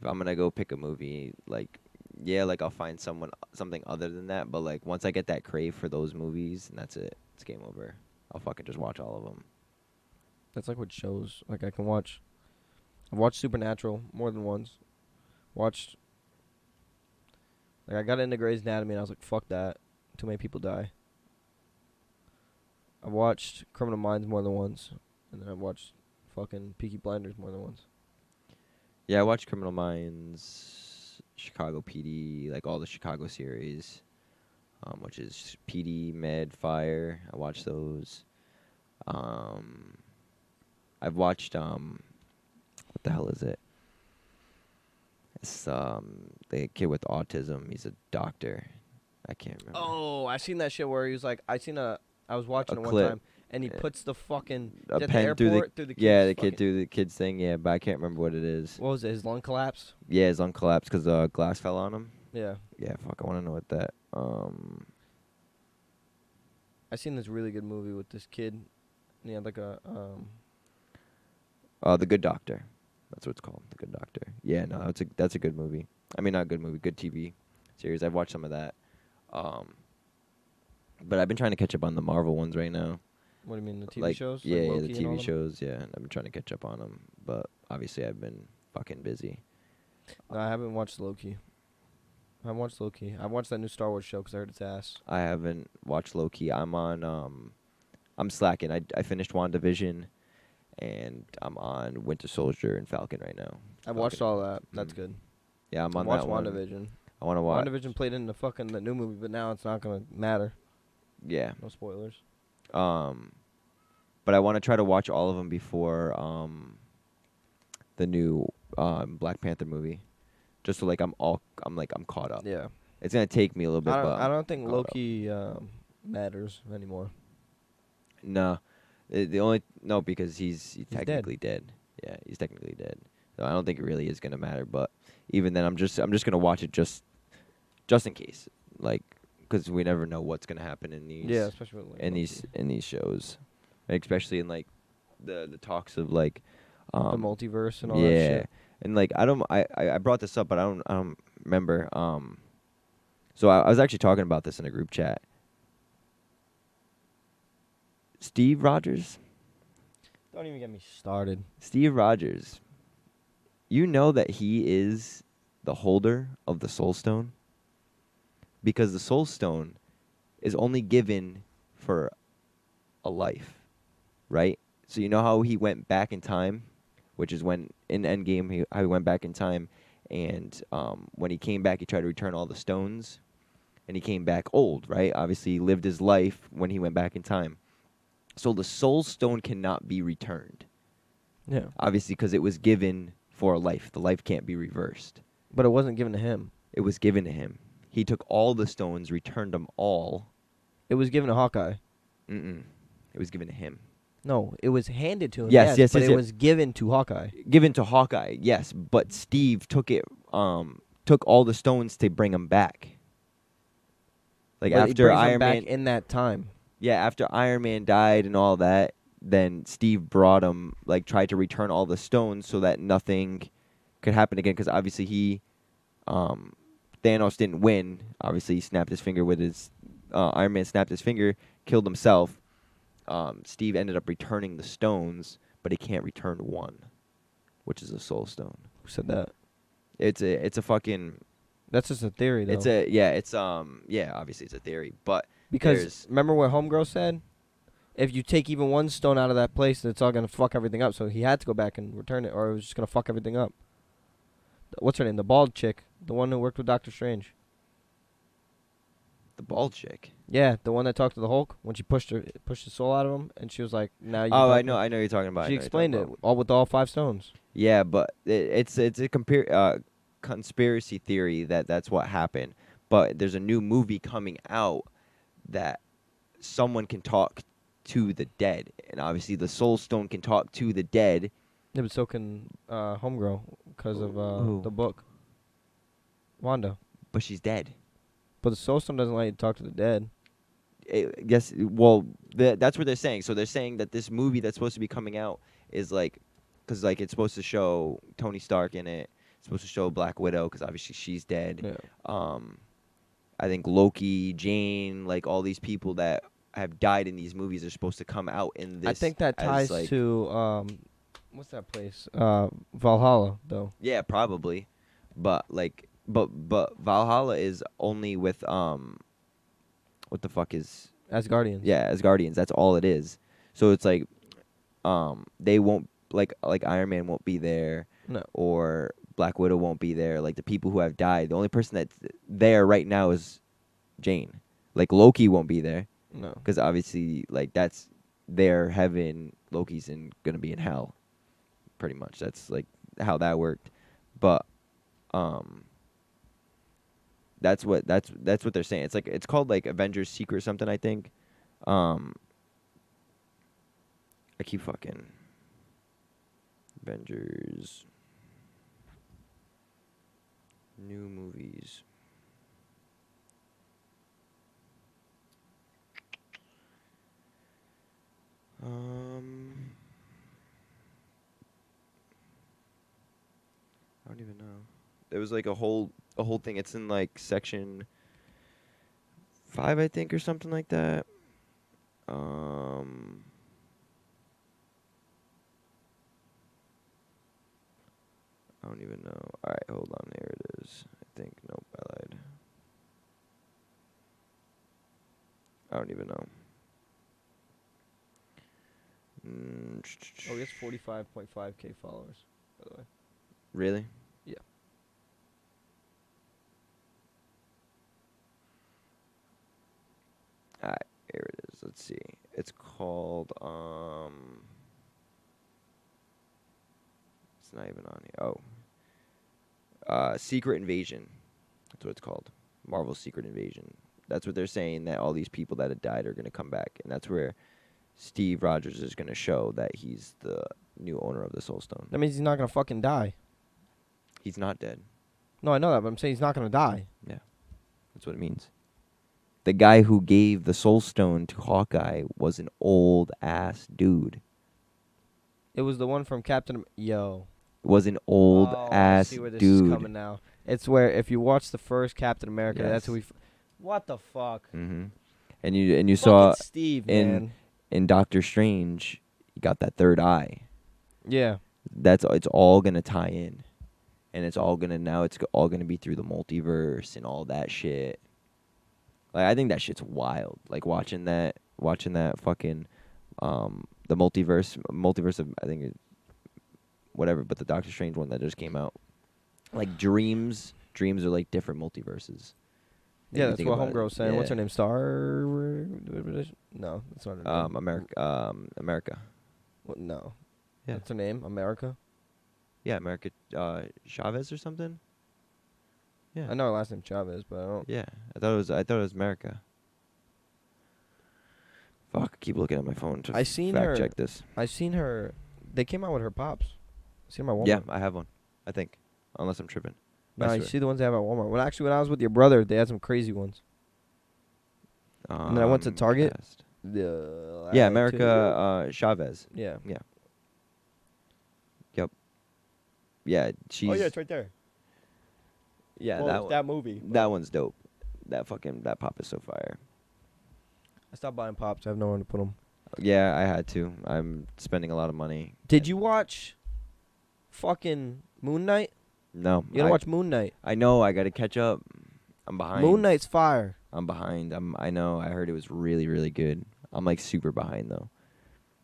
[SPEAKER 2] if I'm gonna go pick a movie, like yeah, like I'll find someone something other than that. But like once I get that crave for those movies, and that's it. It's game over. I'll fucking just watch all of them.
[SPEAKER 1] That's like what shows. Like I can watch. I've watched Supernatural more than once. Watched. Like I got into Grey's Anatomy and I was like, "Fuck that! Too many people die." I watched Criminal Minds more than once, and then I watched fucking Peaky Blinders more than once.
[SPEAKER 2] Yeah, I watch Criminal Minds, Chicago PD, like all the Chicago series, um, which is PD, Med, Fire. I watch those. Um, I've watched um, what the hell is it? It's um the kid with autism. He's a doctor. I can't remember.
[SPEAKER 1] Oh, I seen that shit where he was like, I seen a, I was watching
[SPEAKER 2] A
[SPEAKER 1] it one
[SPEAKER 2] clip.
[SPEAKER 1] time, and he
[SPEAKER 2] Yeah.
[SPEAKER 1] puts the fucking
[SPEAKER 2] A
[SPEAKER 1] is that
[SPEAKER 2] pen
[SPEAKER 1] the
[SPEAKER 2] through the-
[SPEAKER 1] airport, through the
[SPEAKER 2] yeah, the
[SPEAKER 1] kid's
[SPEAKER 2] kid
[SPEAKER 1] fucking-
[SPEAKER 2] through the kid's thing. Yeah, but I can't remember what it is.
[SPEAKER 1] What was it? His lung collapse.
[SPEAKER 2] Yeah, his lung collapsed because uh, glass fell on him.
[SPEAKER 1] Yeah.
[SPEAKER 2] Yeah, fuck. I want to know what that. Um,
[SPEAKER 1] I seen this really good movie with this kid, and he had like a um.
[SPEAKER 2] Uh, The Good Doctor. That's what it's called. The Good Doctor. Yeah, no, that's a that's a good movie. I mean, not a good movie, good TV series. I've watched some of that. Um, but I've been trying to catch up on the Marvel ones right now.
[SPEAKER 1] What do you mean the TV
[SPEAKER 2] like,
[SPEAKER 1] shows? Like
[SPEAKER 2] Yeah, yeah,
[SPEAKER 1] Loki
[SPEAKER 2] the
[SPEAKER 1] and all
[SPEAKER 2] TV
[SPEAKER 1] them?
[SPEAKER 2] shows. Yeah, and I've been trying to catch up on them. But obviously, I've been fucking busy.
[SPEAKER 1] No, I haven't watched Loki. I haven't watched Loki. I watched that new Star Wars show because I heard it's ass.
[SPEAKER 2] I haven't watched Loki. I'm on. Um, I'm slacking. I I finished WandaVision, and I'm on Winter Soldier and Falcon right now.
[SPEAKER 1] I watched
[SPEAKER 2] Falcon.
[SPEAKER 1] all that. That's
[SPEAKER 2] Mm.
[SPEAKER 1] good.
[SPEAKER 2] Yeah, I'm
[SPEAKER 1] I
[SPEAKER 2] on
[SPEAKER 1] watched
[SPEAKER 2] that one.
[SPEAKER 1] WandaVision.
[SPEAKER 2] I want to watch.
[SPEAKER 1] WandaVision played in the fucking the new movie, but now it's not gonna matter.
[SPEAKER 2] Yeah.
[SPEAKER 1] No spoilers.
[SPEAKER 2] Um, but I want to try to watch all of them before um, the new um, Black Panther movie, just so like I'm all I'm like I'm caught up.
[SPEAKER 1] Yeah.
[SPEAKER 2] It's gonna take me a little Oh. bit,
[SPEAKER 1] I
[SPEAKER 2] but
[SPEAKER 1] don't, I don't think
[SPEAKER 2] caught up.
[SPEAKER 1] Loki um, matters anymore.
[SPEAKER 2] no, the, the only no because he's, he's
[SPEAKER 1] dead.
[SPEAKER 2] technically dead. Yeah, he's technically dead. So I don't think it really is gonna matter. But even then, I'm just I'm just gonna watch it just just in case, like because we never know what's gonna happen in these
[SPEAKER 1] yeah, especially with like,
[SPEAKER 2] in these
[SPEAKER 1] Loki.
[SPEAKER 2] in these shows, and especially in like the the talks of like um,
[SPEAKER 1] the multiverse and all
[SPEAKER 2] yeah,
[SPEAKER 1] that shit.
[SPEAKER 2] and like I don't I I I brought this up, but I don't I don't remember. Um, so I, I was actually talking about this in a group chat. Steve Rogers,
[SPEAKER 1] Don't even get me started.
[SPEAKER 2] Steve Rogers, you know that he is the holder of the Soul Stone because the Soul Stone is only given for a life, right? So you know how he went back in time, which is when in Endgame he how he went back in time, and um, when he came back, he tried to return all the stones, and he came back old, right? Obviously, he lived his life when he went back in time. So the Soul Stone cannot be returned
[SPEAKER 1] Yeah.
[SPEAKER 2] obviously because it was given for a life the life can't be reversed
[SPEAKER 1] But it wasn't given to him.
[SPEAKER 2] it was given to him he took all the stones returned them all
[SPEAKER 1] It was given to Hawkeye.
[SPEAKER 2] Mm-mm. it was given to him
[SPEAKER 1] No, it was handed to him.
[SPEAKER 2] Yes,
[SPEAKER 1] Yes,
[SPEAKER 2] yes,
[SPEAKER 1] but
[SPEAKER 2] yes,
[SPEAKER 1] it
[SPEAKER 2] yes.
[SPEAKER 1] was given to Hawkeye.
[SPEAKER 2] given to hawkeye yes but steve took it um took all the stones to bring him back like
[SPEAKER 1] But it
[SPEAKER 2] after
[SPEAKER 1] brings him
[SPEAKER 2] iron man
[SPEAKER 1] back in that time.
[SPEAKER 2] yeah after iron man died and all that then steve brought him like tried to return all the stones so that nothing could happen again because obviously he um thanos didn't win obviously he snapped his finger with his uh, iron man snapped his finger killed himself um steve ended up returning the stones but he can't return one which is a soul stone
[SPEAKER 1] Who said that?
[SPEAKER 2] it's a it's a fucking
[SPEAKER 1] That's just a theory, though.
[SPEAKER 2] it's a yeah it's um yeah obviously it's a theory but
[SPEAKER 1] because
[SPEAKER 2] there's-
[SPEAKER 1] remember what Homegirl said? if you take even one stone out of that place, it's all gonna fuck everything up. So he had to go back and return it, or it was just gonna fuck everything up. What's her name? The bald chick, the one who worked with Doctor Strange.
[SPEAKER 2] The bald chick.
[SPEAKER 1] Yeah, the one that talked to the Hulk when she pushed her pushed the soul out of him, and she was like, "Now you."
[SPEAKER 2] Oh,
[SPEAKER 1] come."
[SPEAKER 2] I know. I know you're talking about. I
[SPEAKER 1] She
[SPEAKER 2] know you're
[SPEAKER 1] explained
[SPEAKER 2] talking
[SPEAKER 1] it
[SPEAKER 2] about.
[SPEAKER 1] all with all five stones.
[SPEAKER 2] Yeah, but it, it's it's a compar- uh, conspiracy theory that that's what happened. But there's a new movie coming out that someone can talk to the dead, and obviously the Soul Stone can talk to the dead.
[SPEAKER 1] Yeah, but so can uh, Homegirl because of uh,
[SPEAKER 2] Who?
[SPEAKER 1] the book. Wanda,
[SPEAKER 2] But she's dead.
[SPEAKER 1] but the Soul Stone doesn't let you talk to the dead.
[SPEAKER 2] I guess. Well, th- that's what they're saying. So they're saying that this movie that's supposed to be coming out is like, because like it's supposed to show Tony Stark in it. It's supposed to show Black Widow because obviously she's dead.
[SPEAKER 1] Yeah.
[SPEAKER 2] um I think Loki, Jane, like all these people that have died in these movies are supposed to come out in this.
[SPEAKER 1] I think that
[SPEAKER 2] as,
[SPEAKER 1] ties
[SPEAKER 2] like-
[SPEAKER 1] to um, what's that place? Uh, Valhalla, though.
[SPEAKER 2] Yeah, probably. But like but but Valhalla is only with um what the fuck is
[SPEAKER 1] As Guardians.
[SPEAKER 2] yeah, as Guardians, that's all it is. So it's like um they won't like like Iron Man won't be there
[SPEAKER 1] No.
[SPEAKER 2] or Black Widow won't be there. Like the people who have died, the only person that's there right now is Jane. Like Loki won't be there.
[SPEAKER 1] No.
[SPEAKER 2] because obviously like that's their heaven loki's in gonna be in hell pretty much that's like how that worked but um that's what that's that's what they're saying it's like it's called like avengers secret something i think um i keep fucking avengers new movies Um, I don't even know. It was like a whole a whole thing. It's in like section five, I think, or something like that. Um. I don't even know. All right, hold on. There it is. I think. Nope, I lied. I don't even know. Mm,
[SPEAKER 1] Oh, he has 45.5k followers, by the way.
[SPEAKER 2] Really?
[SPEAKER 1] Yeah.
[SPEAKER 2] Alright, Ah, here it is. Let's see. It's called um It's not even on here. Oh. Uh Secret Invasion. That's what it's called. Marvel Secret Invasion. That's what they're saying that all these people that had died are gonna come back. And that's where Steve Rogers is gonna show that he's the new owner of the Soul Stone.
[SPEAKER 1] That means he's not gonna fucking die.
[SPEAKER 2] He's not dead.
[SPEAKER 1] No, I know that, but I'm saying he's not gonna die.
[SPEAKER 2] Yeah. That's what it means. The guy who gave the soul stone to Hawkeye was an old ass dude.
[SPEAKER 1] It was the one from Captain. Am- Yo.
[SPEAKER 2] Was an old
[SPEAKER 1] Oh, I
[SPEAKER 2] ass
[SPEAKER 1] see where this is coming
[SPEAKER 2] dude.
[SPEAKER 1] now. It's where if you watch the first Captain America, that's who we.
[SPEAKER 2] Yes.
[SPEAKER 1] F- what the fuck?
[SPEAKER 2] Mm-hmm. And you and you
[SPEAKER 1] Fucking
[SPEAKER 2] saw
[SPEAKER 1] Steve,
[SPEAKER 2] in-
[SPEAKER 1] man.
[SPEAKER 2] in Doctor Strange, you got that third eye.
[SPEAKER 1] Yeah.
[SPEAKER 2] That's it's all gonna tie in, and it's all gonna now it's all gonna be through the multiverse and all that shit. Like I think that shit's wild. Like watching that, watching that fucking, um, the multiverse, multiverse of I think, it, whatever. But the Doctor Strange one that just came out, like dreams, dreams are like different multiverses. If
[SPEAKER 1] Yeah,
[SPEAKER 2] you
[SPEAKER 1] that's
[SPEAKER 2] think
[SPEAKER 1] what
[SPEAKER 2] about it.
[SPEAKER 1] Homegirl was saying. What's her
[SPEAKER 2] Yeah.
[SPEAKER 1] name? Star? No, that's not her name.
[SPEAKER 2] Um, America, um, America.
[SPEAKER 1] Wha- No.
[SPEAKER 2] Yeah.
[SPEAKER 1] That's her name. America.
[SPEAKER 2] Yeah, America. Uh, Chavez or something. Yeah.
[SPEAKER 1] I know her last name Chavez, but I don't.
[SPEAKER 2] Yeah, I thought it was. I thought it was America. Fuck! I keep looking at my phone to
[SPEAKER 1] I seen
[SPEAKER 2] fact
[SPEAKER 1] her-
[SPEAKER 2] check this.
[SPEAKER 1] I seen her. They came out with her pops. See my Walmart.
[SPEAKER 2] Yeah, I have one. I think, unless I'm tripping. I
[SPEAKER 1] No, you
[SPEAKER 2] swear.
[SPEAKER 1] see the ones they have at Walmart. Well, actually, when I was with your brother, they had some crazy ones.
[SPEAKER 2] Um,
[SPEAKER 1] And then I went to Target.
[SPEAKER 2] cast.
[SPEAKER 1] The
[SPEAKER 2] Um, Yeah, America. Uh, Chavez.
[SPEAKER 1] yeah.
[SPEAKER 2] Yeah. Yep. Yeah, she's.
[SPEAKER 1] right there.
[SPEAKER 2] yeah,
[SPEAKER 1] Oh, Well,
[SPEAKER 2] that
[SPEAKER 1] it's
[SPEAKER 2] one.
[SPEAKER 1] that movie. but-
[SPEAKER 2] that one's dope. That fucking that pop is so fire.
[SPEAKER 1] I stopped buying pops. I have nowhere to put them.
[SPEAKER 2] Yeah, I had to. I'm spending a lot of money.
[SPEAKER 1] Did you watch fucking Moon Knight?
[SPEAKER 2] No,
[SPEAKER 1] You gotta
[SPEAKER 2] I,
[SPEAKER 1] watch Moon Knight.
[SPEAKER 2] I know. I gotta catch up. I'm behind.
[SPEAKER 1] Moon Knight's fire.
[SPEAKER 2] I'm behind. I'm. I know. I heard it was really, really good. I'm like super behind though.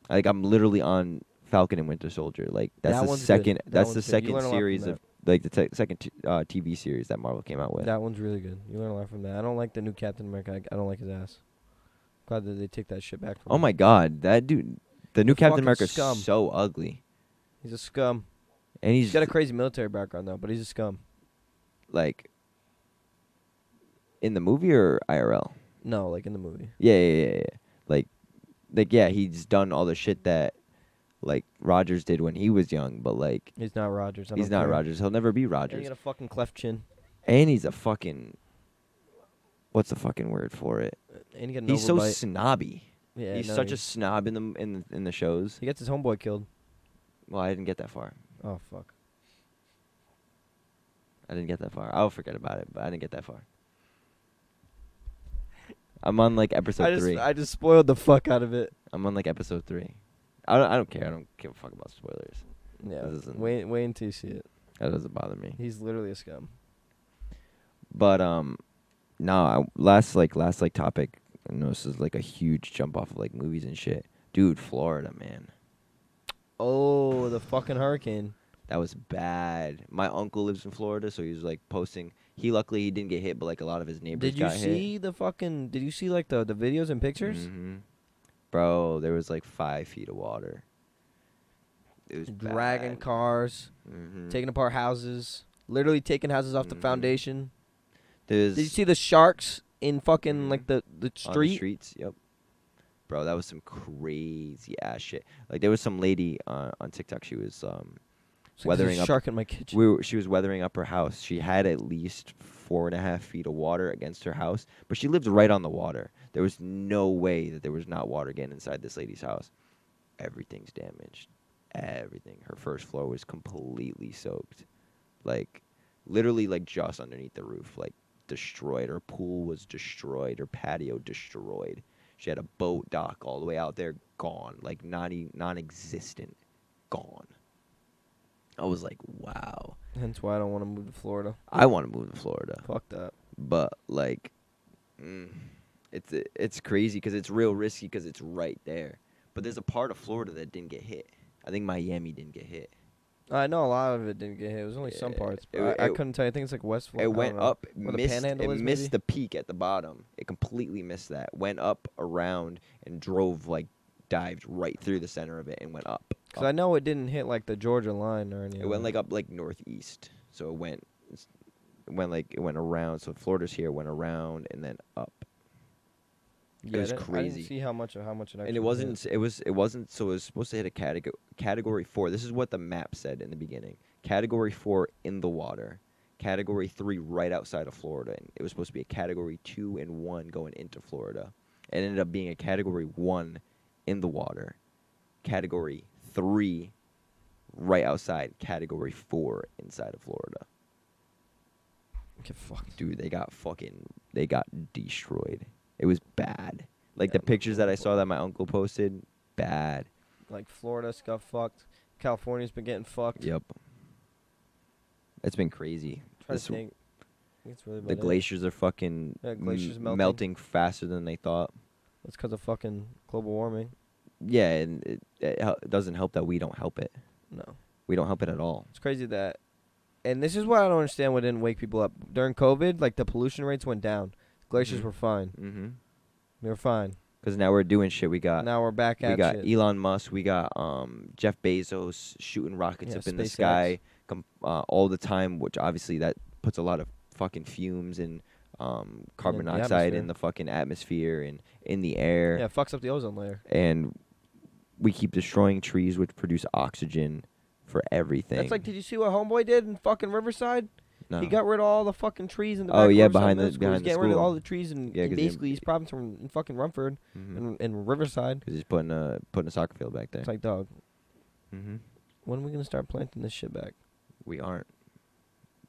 [SPEAKER 2] Like I'm literally on Falcon and Winter Soldier. Like that's
[SPEAKER 1] That
[SPEAKER 2] the
[SPEAKER 1] one's good.
[SPEAKER 2] second.
[SPEAKER 1] That
[SPEAKER 2] That's
[SPEAKER 1] one's
[SPEAKER 2] the
[SPEAKER 1] good. You
[SPEAKER 2] second
[SPEAKER 1] learn a lot from
[SPEAKER 2] series
[SPEAKER 1] that.
[SPEAKER 2] of like the te- second t- uh, TV series that Marvel came out with.
[SPEAKER 1] That one's really good. You learn a lot from that. I don't like the new Captain America. I, I don't like his ass. Glad that they take that shit back from
[SPEAKER 2] oh
[SPEAKER 1] him.
[SPEAKER 2] my God, that dude. The new
[SPEAKER 1] The
[SPEAKER 2] Captain
[SPEAKER 1] fucking
[SPEAKER 2] America is
[SPEAKER 1] scum.
[SPEAKER 2] so ugly,
[SPEAKER 1] He's a scum.
[SPEAKER 2] and he's,
[SPEAKER 1] He's got a crazy military background though, but he's a scum.
[SPEAKER 2] like in the movie or IRL.
[SPEAKER 1] No, like in the movie.
[SPEAKER 2] Yeah, yeah, yeah, yeah. Like, like yeah, he's done all the shit that like Rogers did when he was young, but like
[SPEAKER 1] He's not Rogers. I
[SPEAKER 2] he's
[SPEAKER 1] don't
[SPEAKER 2] not
[SPEAKER 1] care.
[SPEAKER 2] Rogers. He'll never be
[SPEAKER 1] And he
[SPEAKER 2] Rogers.
[SPEAKER 1] got a fucking cleft chin.
[SPEAKER 2] And he's a fucking. What's the fucking word for it?
[SPEAKER 1] Uh, And he got an
[SPEAKER 2] He's so
[SPEAKER 1] overbite.
[SPEAKER 2] snobby.
[SPEAKER 1] yeah,
[SPEAKER 2] he's
[SPEAKER 1] no,
[SPEAKER 2] such a
[SPEAKER 1] he's-
[SPEAKER 2] snob in the in the, in the shows.
[SPEAKER 1] He gets his homeboy killed.
[SPEAKER 2] Well, I didn't get that far.
[SPEAKER 1] Oh fuck.
[SPEAKER 2] I didn't get that far. I'll forget about it, but I didn't get that far. I'm on like episode
[SPEAKER 1] I just
[SPEAKER 2] three.
[SPEAKER 1] I just spoiled the fuck out of it.
[SPEAKER 2] I'm on like episode three. I don't. I don't care. I don't give a fuck about spoilers.
[SPEAKER 1] Yeah.
[SPEAKER 2] This isn't-
[SPEAKER 1] Wait wait until you see it.
[SPEAKER 2] That doesn't bother me.
[SPEAKER 1] He's literally a scum.
[SPEAKER 2] But um, no. I, last like last like topic. I know this is like a huge jump off of like movies and shit. Dude, Florida, man,
[SPEAKER 1] Oh, the fucking hurricane.
[SPEAKER 2] that was bad. My uncle lives in Florida, so he was like posting. He luckily he didn't get hit, but like a lot of his neighbors
[SPEAKER 1] Did you
[SPEAKER 2] got
[SPEAKER 1] see the fucking did you see like the, the videos and
[SPEAKER 2] hit.
[SPEAKER 1] pictures?
[SPEAKER 2] Mhm. Bro, there was like five feet of water. It was
[SPEAKER 1] Dragging cars,
[SPEAKER 2] Mm-hmm.
[SPEAKER 1] taking apart houses, literally taking houses off the
[SPEAKER 2] Mhm.
[SPEAKER 1] foundation. Did you see the sharks in fucking like the, the
[SPEAKER 2] Mm-hmm. on
[SPEAKER 1] street?
[SPEAKER 2] the streets. Yep. Bro, that was some crazy ass shit. Like there was some lady on, on TikTok. She was um,
[SPEAKER 1] It's like, there's
[SPEAKER 2] weathering
[SPEAKER 1] a
[SPEAKER 2] up-
[SPEAKER 1] shark in my kitchen.
[SPEAKER 2] we were, she was weathering up her house. She had at least four and a half feet of water against her house, but she lived right on the water. There was no way that there was not water getting inside this lady's house. Everything's damaged. Everything. Her first floor was completely soaked. Like literally like just underneath the roof, like destroyed. Her pool was destroyed. Her patio destroyed. She had a boat dock all the way out there, gone. Like non non existent. Gone. I was like, wow.
[SPEAKER 1] Hence why I don't want to move to Florida.
[SPEAKER 2] I want to move to Florida,
[SPEAKER 1] Fuck that.
[SPEAKER 2] but like, mm, it's it's crazy because it's real risky because it's right there. But there's a part of Florida that didn't get hit. I think Miami didn't get hit.
[SPEAKER 1] I know a lot of it didn't get hit. It was only some
[SPEAKER 2] Yeah,
[SPEAKER 1] parts.
[SPEAKER 2] it
[SPEAKER 1] But I, I
[SPEAKER 2] w- it-
[SPEAKER 1] couldn't tell you. I think it's like West Florida.
[SPEAKER 2] it went up,
[SPEAKER 1] Where the
[SPEAKER 2] missed, it
[SPEAKER 1] Panhandle is,
[SPEAKER 2] missed
[SPEAKER 1] maybe?
[SPEAKER 2] the peak at the bottom. It completely missed that. Went up around and drove like dived right through the center of it and went up.
[SPEAKER 1] Because I know it didn't hit like the Georgia line or anything.
[SPEAKER 2] It went like up like northeast, so it went it went like it went around. So Florida's here, went around and then up.
[SPEAKER 1] yeah,
[SPEAKER 2] was
[SPEAKER 1] I didn't- I
[SPEAKER 2] crazy.
[SPEAKER 1] didn't see how much how much it actually
[SPEAKER 2] and it
[SPEAKER 1] hit.
[SPEAKER 2] wasn't it was it wasn't so it was supposed to hit a category category 4 this is what the map said in the beginning category 4 in the water category 3 right outside of Florida and it was supposed to be a category 2 and 1 going into Florida it ended up being a category 1 in the water category 3 right outside category 4 inside of Florida
[SPEAKER 1] Get fucked.
[SPEAKER 2] dude they got fucking they got destroyed it was bad like
[SPEAKER 1] Yeah,
[SPEAKER 2] the pictures that I saw that my uncle posted bad
[SPEAKER 1] Like Florida's got fucked. California's been getting fucked.
[SPEAKER 2] Yep. It's been crazy.
[SPEAKER 1] Trying
[SPEAKER 2] This-
[SPEAKER 1] to think. I think it's really
[SPEAKER 2] the
[SPEAKER 1] about it.
[SPEAKER 2] glaciers are fucking
[SPEAKER 1] Yeah, glaciers
[SPEAKER 2] m-
[SPEAKER 1] melting.
[SPEAKER 2] faster than they thought.
[SPEAKER 1] It's because of fucking global warming.
[SPEAKER 2] Yeah, and it, it hel- it doesn't help that we don't help it.
[SPEAKER 1] No.
[SPEAKER 2] We don't help it at all.
[SPEAKER 1] It's crazy that. And this is why I don't understand what didn't wake people up. During COVID, like the pollution rates went down. Glaciers
[SPEAKER 2] Mhm.
[SPEAKER 1] were fine.
[SPEAKER 2] Mm-hmm.
[SPEAKER 1] They were fine.
[SPEAKER 2] Because now we're doing shit. We got
[SPEAKER 1] now we're back
[SPEAKER 2] Uh, we
[SPEAKER 1] at
[SPEAKER 2] got
[SPEAKER 1] shit.
[SPEAKER 2] Elon Musk. We got um, Jeff Bezos shooting rockets
[SPEAKER 1] Yeah,
[SPEAKER 2] up in the
[SPEAKER 1] SpaceX.
[SPEAKER 2] sky com- uh, all the time, which obviously that puts a lot of fucking fumes and um, carbon
[SPEAKER 1] the
[SPEAKER 2] dioxide
[SPEAKER 1] atmosphere.
[SPEAKER 2] in the fucking atmosphere and in the air.
[SPEAKER 1] yeah, it fucks up the ozone layer.
[SPEAKER 2] and we keep destroying trees which produce oxygen for everything.
[SPEAKER 1] That's like, did you see what homeboy did in fucking Riverside?
[SPEAKER 2] no.
[SPEAKER 1] He got rid of all the fucking trees in the.
[SPEAKER 2] Oh,
[SPEAKER 1] back
[SPEAKER 2] yeah,
[SPEAKER 1] roads of
[SPEAKER 2] behind
[SPEAKER 1] middle
[SPEAKER 2] the-
[SPEAKER 1] school. He's
[SPEAKER 2] behind the
[SPEAKER 1] getting rid of
[SPEAKER 2] school.
[SPEAKER 1] all the trees and,
[SPEAKER 2] Yeah,
[SPEAKER 1] and
[SPEAKER 2] 'cause he-
[SPEAKER 1] basically his problems from in fucking Rumford and, and Riverside.
[SPEAKER 2] Mm-hmm. Cause he's putting a putting a soccer field back there.
[SPEAKER 1] It's like, dog,
[SPEAKER 2] mm-hmm.
[SPEAKER 1] when are we gonna start planting this shit back?
[SPEAKER 2] We aren't.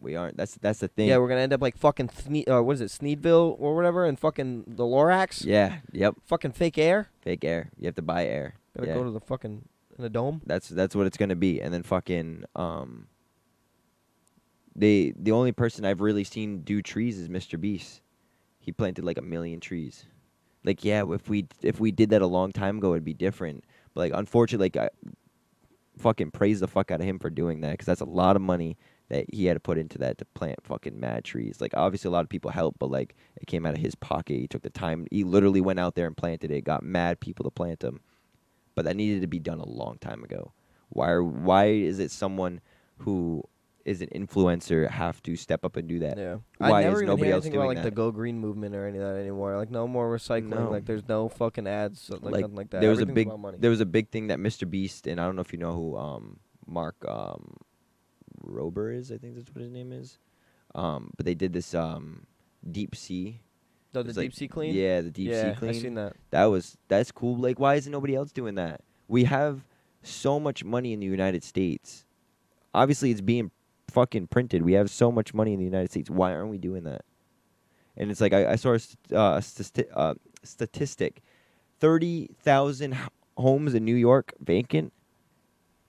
[SPEAKER 2] We aren't. That's that's the thing.
[SPEAKER 1] Yeah, we're gonna end up like fucking Sne- uh, what is it, Sneedville or whatever, and fucking the Lorax.
[SPEAKER 2] yeah. Yep.
[SPEAKER 1] Fucking fake air.
[SPEAKER 2] Fake air. You have to buy air.
[SPEAKER 1] Better
[SPEAKER 2] yeah.
[SPEAKER 1] go to the fucking in a dome.
[SPEAKER 2] that's that's what it's gonna be. And then fucking um. They the only person I've really seen do trees is Mr. Beast. He planted like a million trees. like yeah, if we if we did that a long time ago, it'd be different. But like unfortunately, like I fucking praise the fuck out of him for doing that because that's a lot of money that he had to put into that to plant fucking mad trees. Like obviously a lot of people helped, but like it came out of his pocket. He took the time. He literally went out there and planted it. Got mad people to plant them, but that needed to be done a long time ago. Why? Are, why is it someone who is an influencer have to step up and do that?
[SPEAKER 1] Yeah.
[SPEAKER 2] Why
[SPEAKER 1] I never
[SPEAKER 2] is
[SPEAKER 1] even
[SPEAKER 2] nobody
[SPEAKER 1] hear
[SPEAKER 2] else
[SPEAKER 1] anything about
[SPEAKER 2] doing
[SPEAKER 1] like the
[SPEAKER 2] that?
[SPEAKER 1] Go Green movement or any of that anymore. Like no more recycling.
[SPEAKER 2] No.
[SPEAKER 1] Like there's no fucking ads. so- Like,
[SPEAKER 2] Like,
[SPEAKER 1] nothing like that.
[SPEAKER 2] there was a
[SPEAKER 1] Everything's
[SPEAKER 2] big
[SPEAKER 1] about money.
[SPEAKER 2] there was a big thing that Mr. Beast and I don't know if you know who um Mark um Rober is, I think that's what his name is. Um but they did this um deep sea.
[SPEAKER 1] No,
[SPEAKER 2] it's
[SPEAKER 1] the
[SPEAKER 2] like-
[SPEAKER 1] deep sea clean.
[SPEAKER 2] Yeah, the deep
[SPEAKER 1] yeah,
[SPEAKER 2] sea clean.
[SPEAKER 1] I seen that.
[SPEAKER 2] That was that's cool. Like why isn't nobody else doing that? We have so much money in the United States. Obviously it's being fucking printed. We have so much money in the United States. Why aren't we doing that? And it's like I, I saw a st- uh, stati- uh, statistic: thirty thousand h- homes in New York vacant,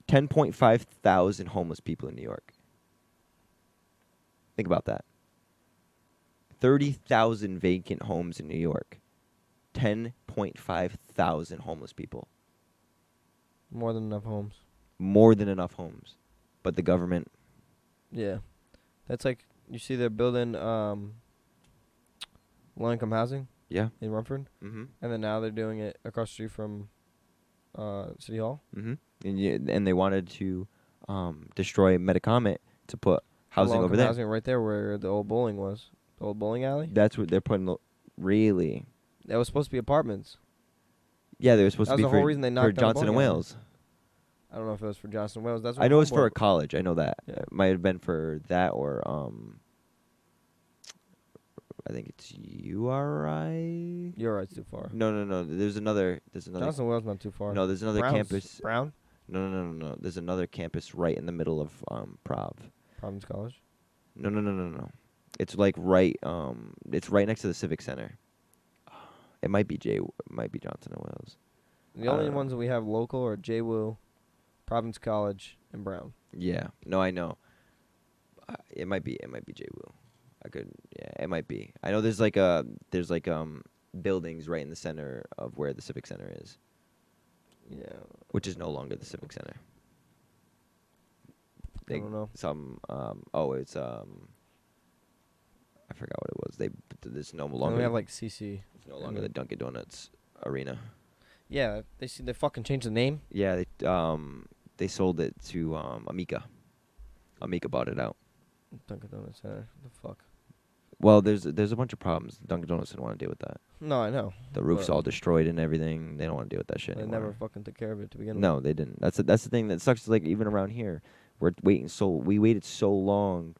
[SPEAKER 2] ten point five thousand homeless people in New York. Think about that. Thirty thousand vacant homes in New York, ten point five thousand homeless people.
[SPEAKER 1] More than enough homes.
[SPEAKER 2] More than enough homes, but the government.
[SPEAKER 1] Yeah. That's like you see they're building um low income housing
[SPEAKER 2] Yeah.
[SPEAKER 1] in Rumford
[SPEAKER 2] Mm-hmm.
[SPEAKER 1] and then now they're doing it across the street from uh City Hall.
[SPEAKER 2] Mm-hmm. And, y- and they wanted to um, destroy Metacomet to put housing over
[SPEAKER 1] Low-income
[SPEAKER 2] there.
[SPEAKER 1] Housing right there where the old bowling was. The old bowling alley.
[SPEAKER 2] That's what they're putting. lo- Really?
[SPEAKER 1] That was supposed to be apartments.
[SPEAKER 2] Yeah, they were supposed to
[SPEAKER 1] That was
[SPEAKER 2] be
[SPEAKER 1] the
[SPEAKER 2] for,
[SPEAKER 1] whole reason they
[SPEAKER 2] for
[SPEAKER 1] knocked down
[SPEAKER 2] Johnson and
[SPEAKER 1] Bowling Alley.
[SPEAKER 2] Wales.
[SPEAKER 1] I don't know if it was for Johnson Wales. That's
[SPEAKER 2] I
[SPEAKER 1] what
[SPEAKER 2] know it's
[SPEAKER 1] Homeboy
[SPEAKER 2] for a
[SPEAKER 1] was.
[SPEAKER 2] college. I know that.
[SPEAKER 1] Yeah.
[SPEAKER 2] It might have been for that or um. I think it's URI.
[SPEAKER 1] You're right, it's too far.
[SPEAKER 2] No, no, no. There's another. There's another.
[SPEAKER 1] Johnson Wales not too far.
[SPEAKER 2] No, there's another
[SPEAKER 1] Brown's-
[SPEAKER 2] campus. uh,
[SPEAKER 1] Brown?
[SPEAKER 2] No, no, no, no, no. There's another campus right in the middle of um Prov.
[SPEAKER 1] Providence College.
[SPEAKER 2] No, no, no, no, no. It's like right. Um, it's right next to the Civic Center. It might be J. It might be Johnson and Wales.
[SPEAKER 1] The
[SPEAKER 2] I
[SPEAKER 1] only
[SPEAKER 2] don't know.
[SPEAKER 1] ones that we have local are J Wu, Providence College, and Brown.
[SPEAKER 2] Yeah. No, I know. Uh, it might be. It might be J. Wu. I could. Yeah. It might be. I know. There's like a. There's like um buildings right in the center of where the Civic Center is,
[SPEAKER 1] Yeah.
[SPEAKER 2] which is no longer the Civic Center.
[SPEAKER 1] I don't know.
[SPEAKER 2] Some. Um. Oh, it's um. I forgot what it was. They. There's no
[SPEAKER 1] And
[SPEAKER 2] longer.
[SPEAKER 1] we have like CC.
[SPEAKER 2] it's no longer the Dunkin' Donuts arena.
[SPEAKER 1] Yeah, they see they fucking changed the name.
[SPEAKER 2] Yeah, they um they sold it to um Amica. Amica bought it out.
[SPEAKER 1] Dunkin' Donuts Center. The fuck.
[SPEAKER 2] Well, there's there's a bunch of problems. Dunkin' Donuts didn't want to deal with that.
[SPEAKER 1] No, I know.
[SPEAKER 2] The roof's
[SPEAKER 1] But-
[SPEAKER 2] all destroyed and everything. They don't want to deal with that
[SPEAKER 1] They
[SPEAKER 2] shit anymore.
[SPEAKER 1] never fucking took care of it to begin with.
[SPEAKER 2] no, they didn't. That's the, that's the thing that sucks. is, Like even around here, we're waiting so we waited so long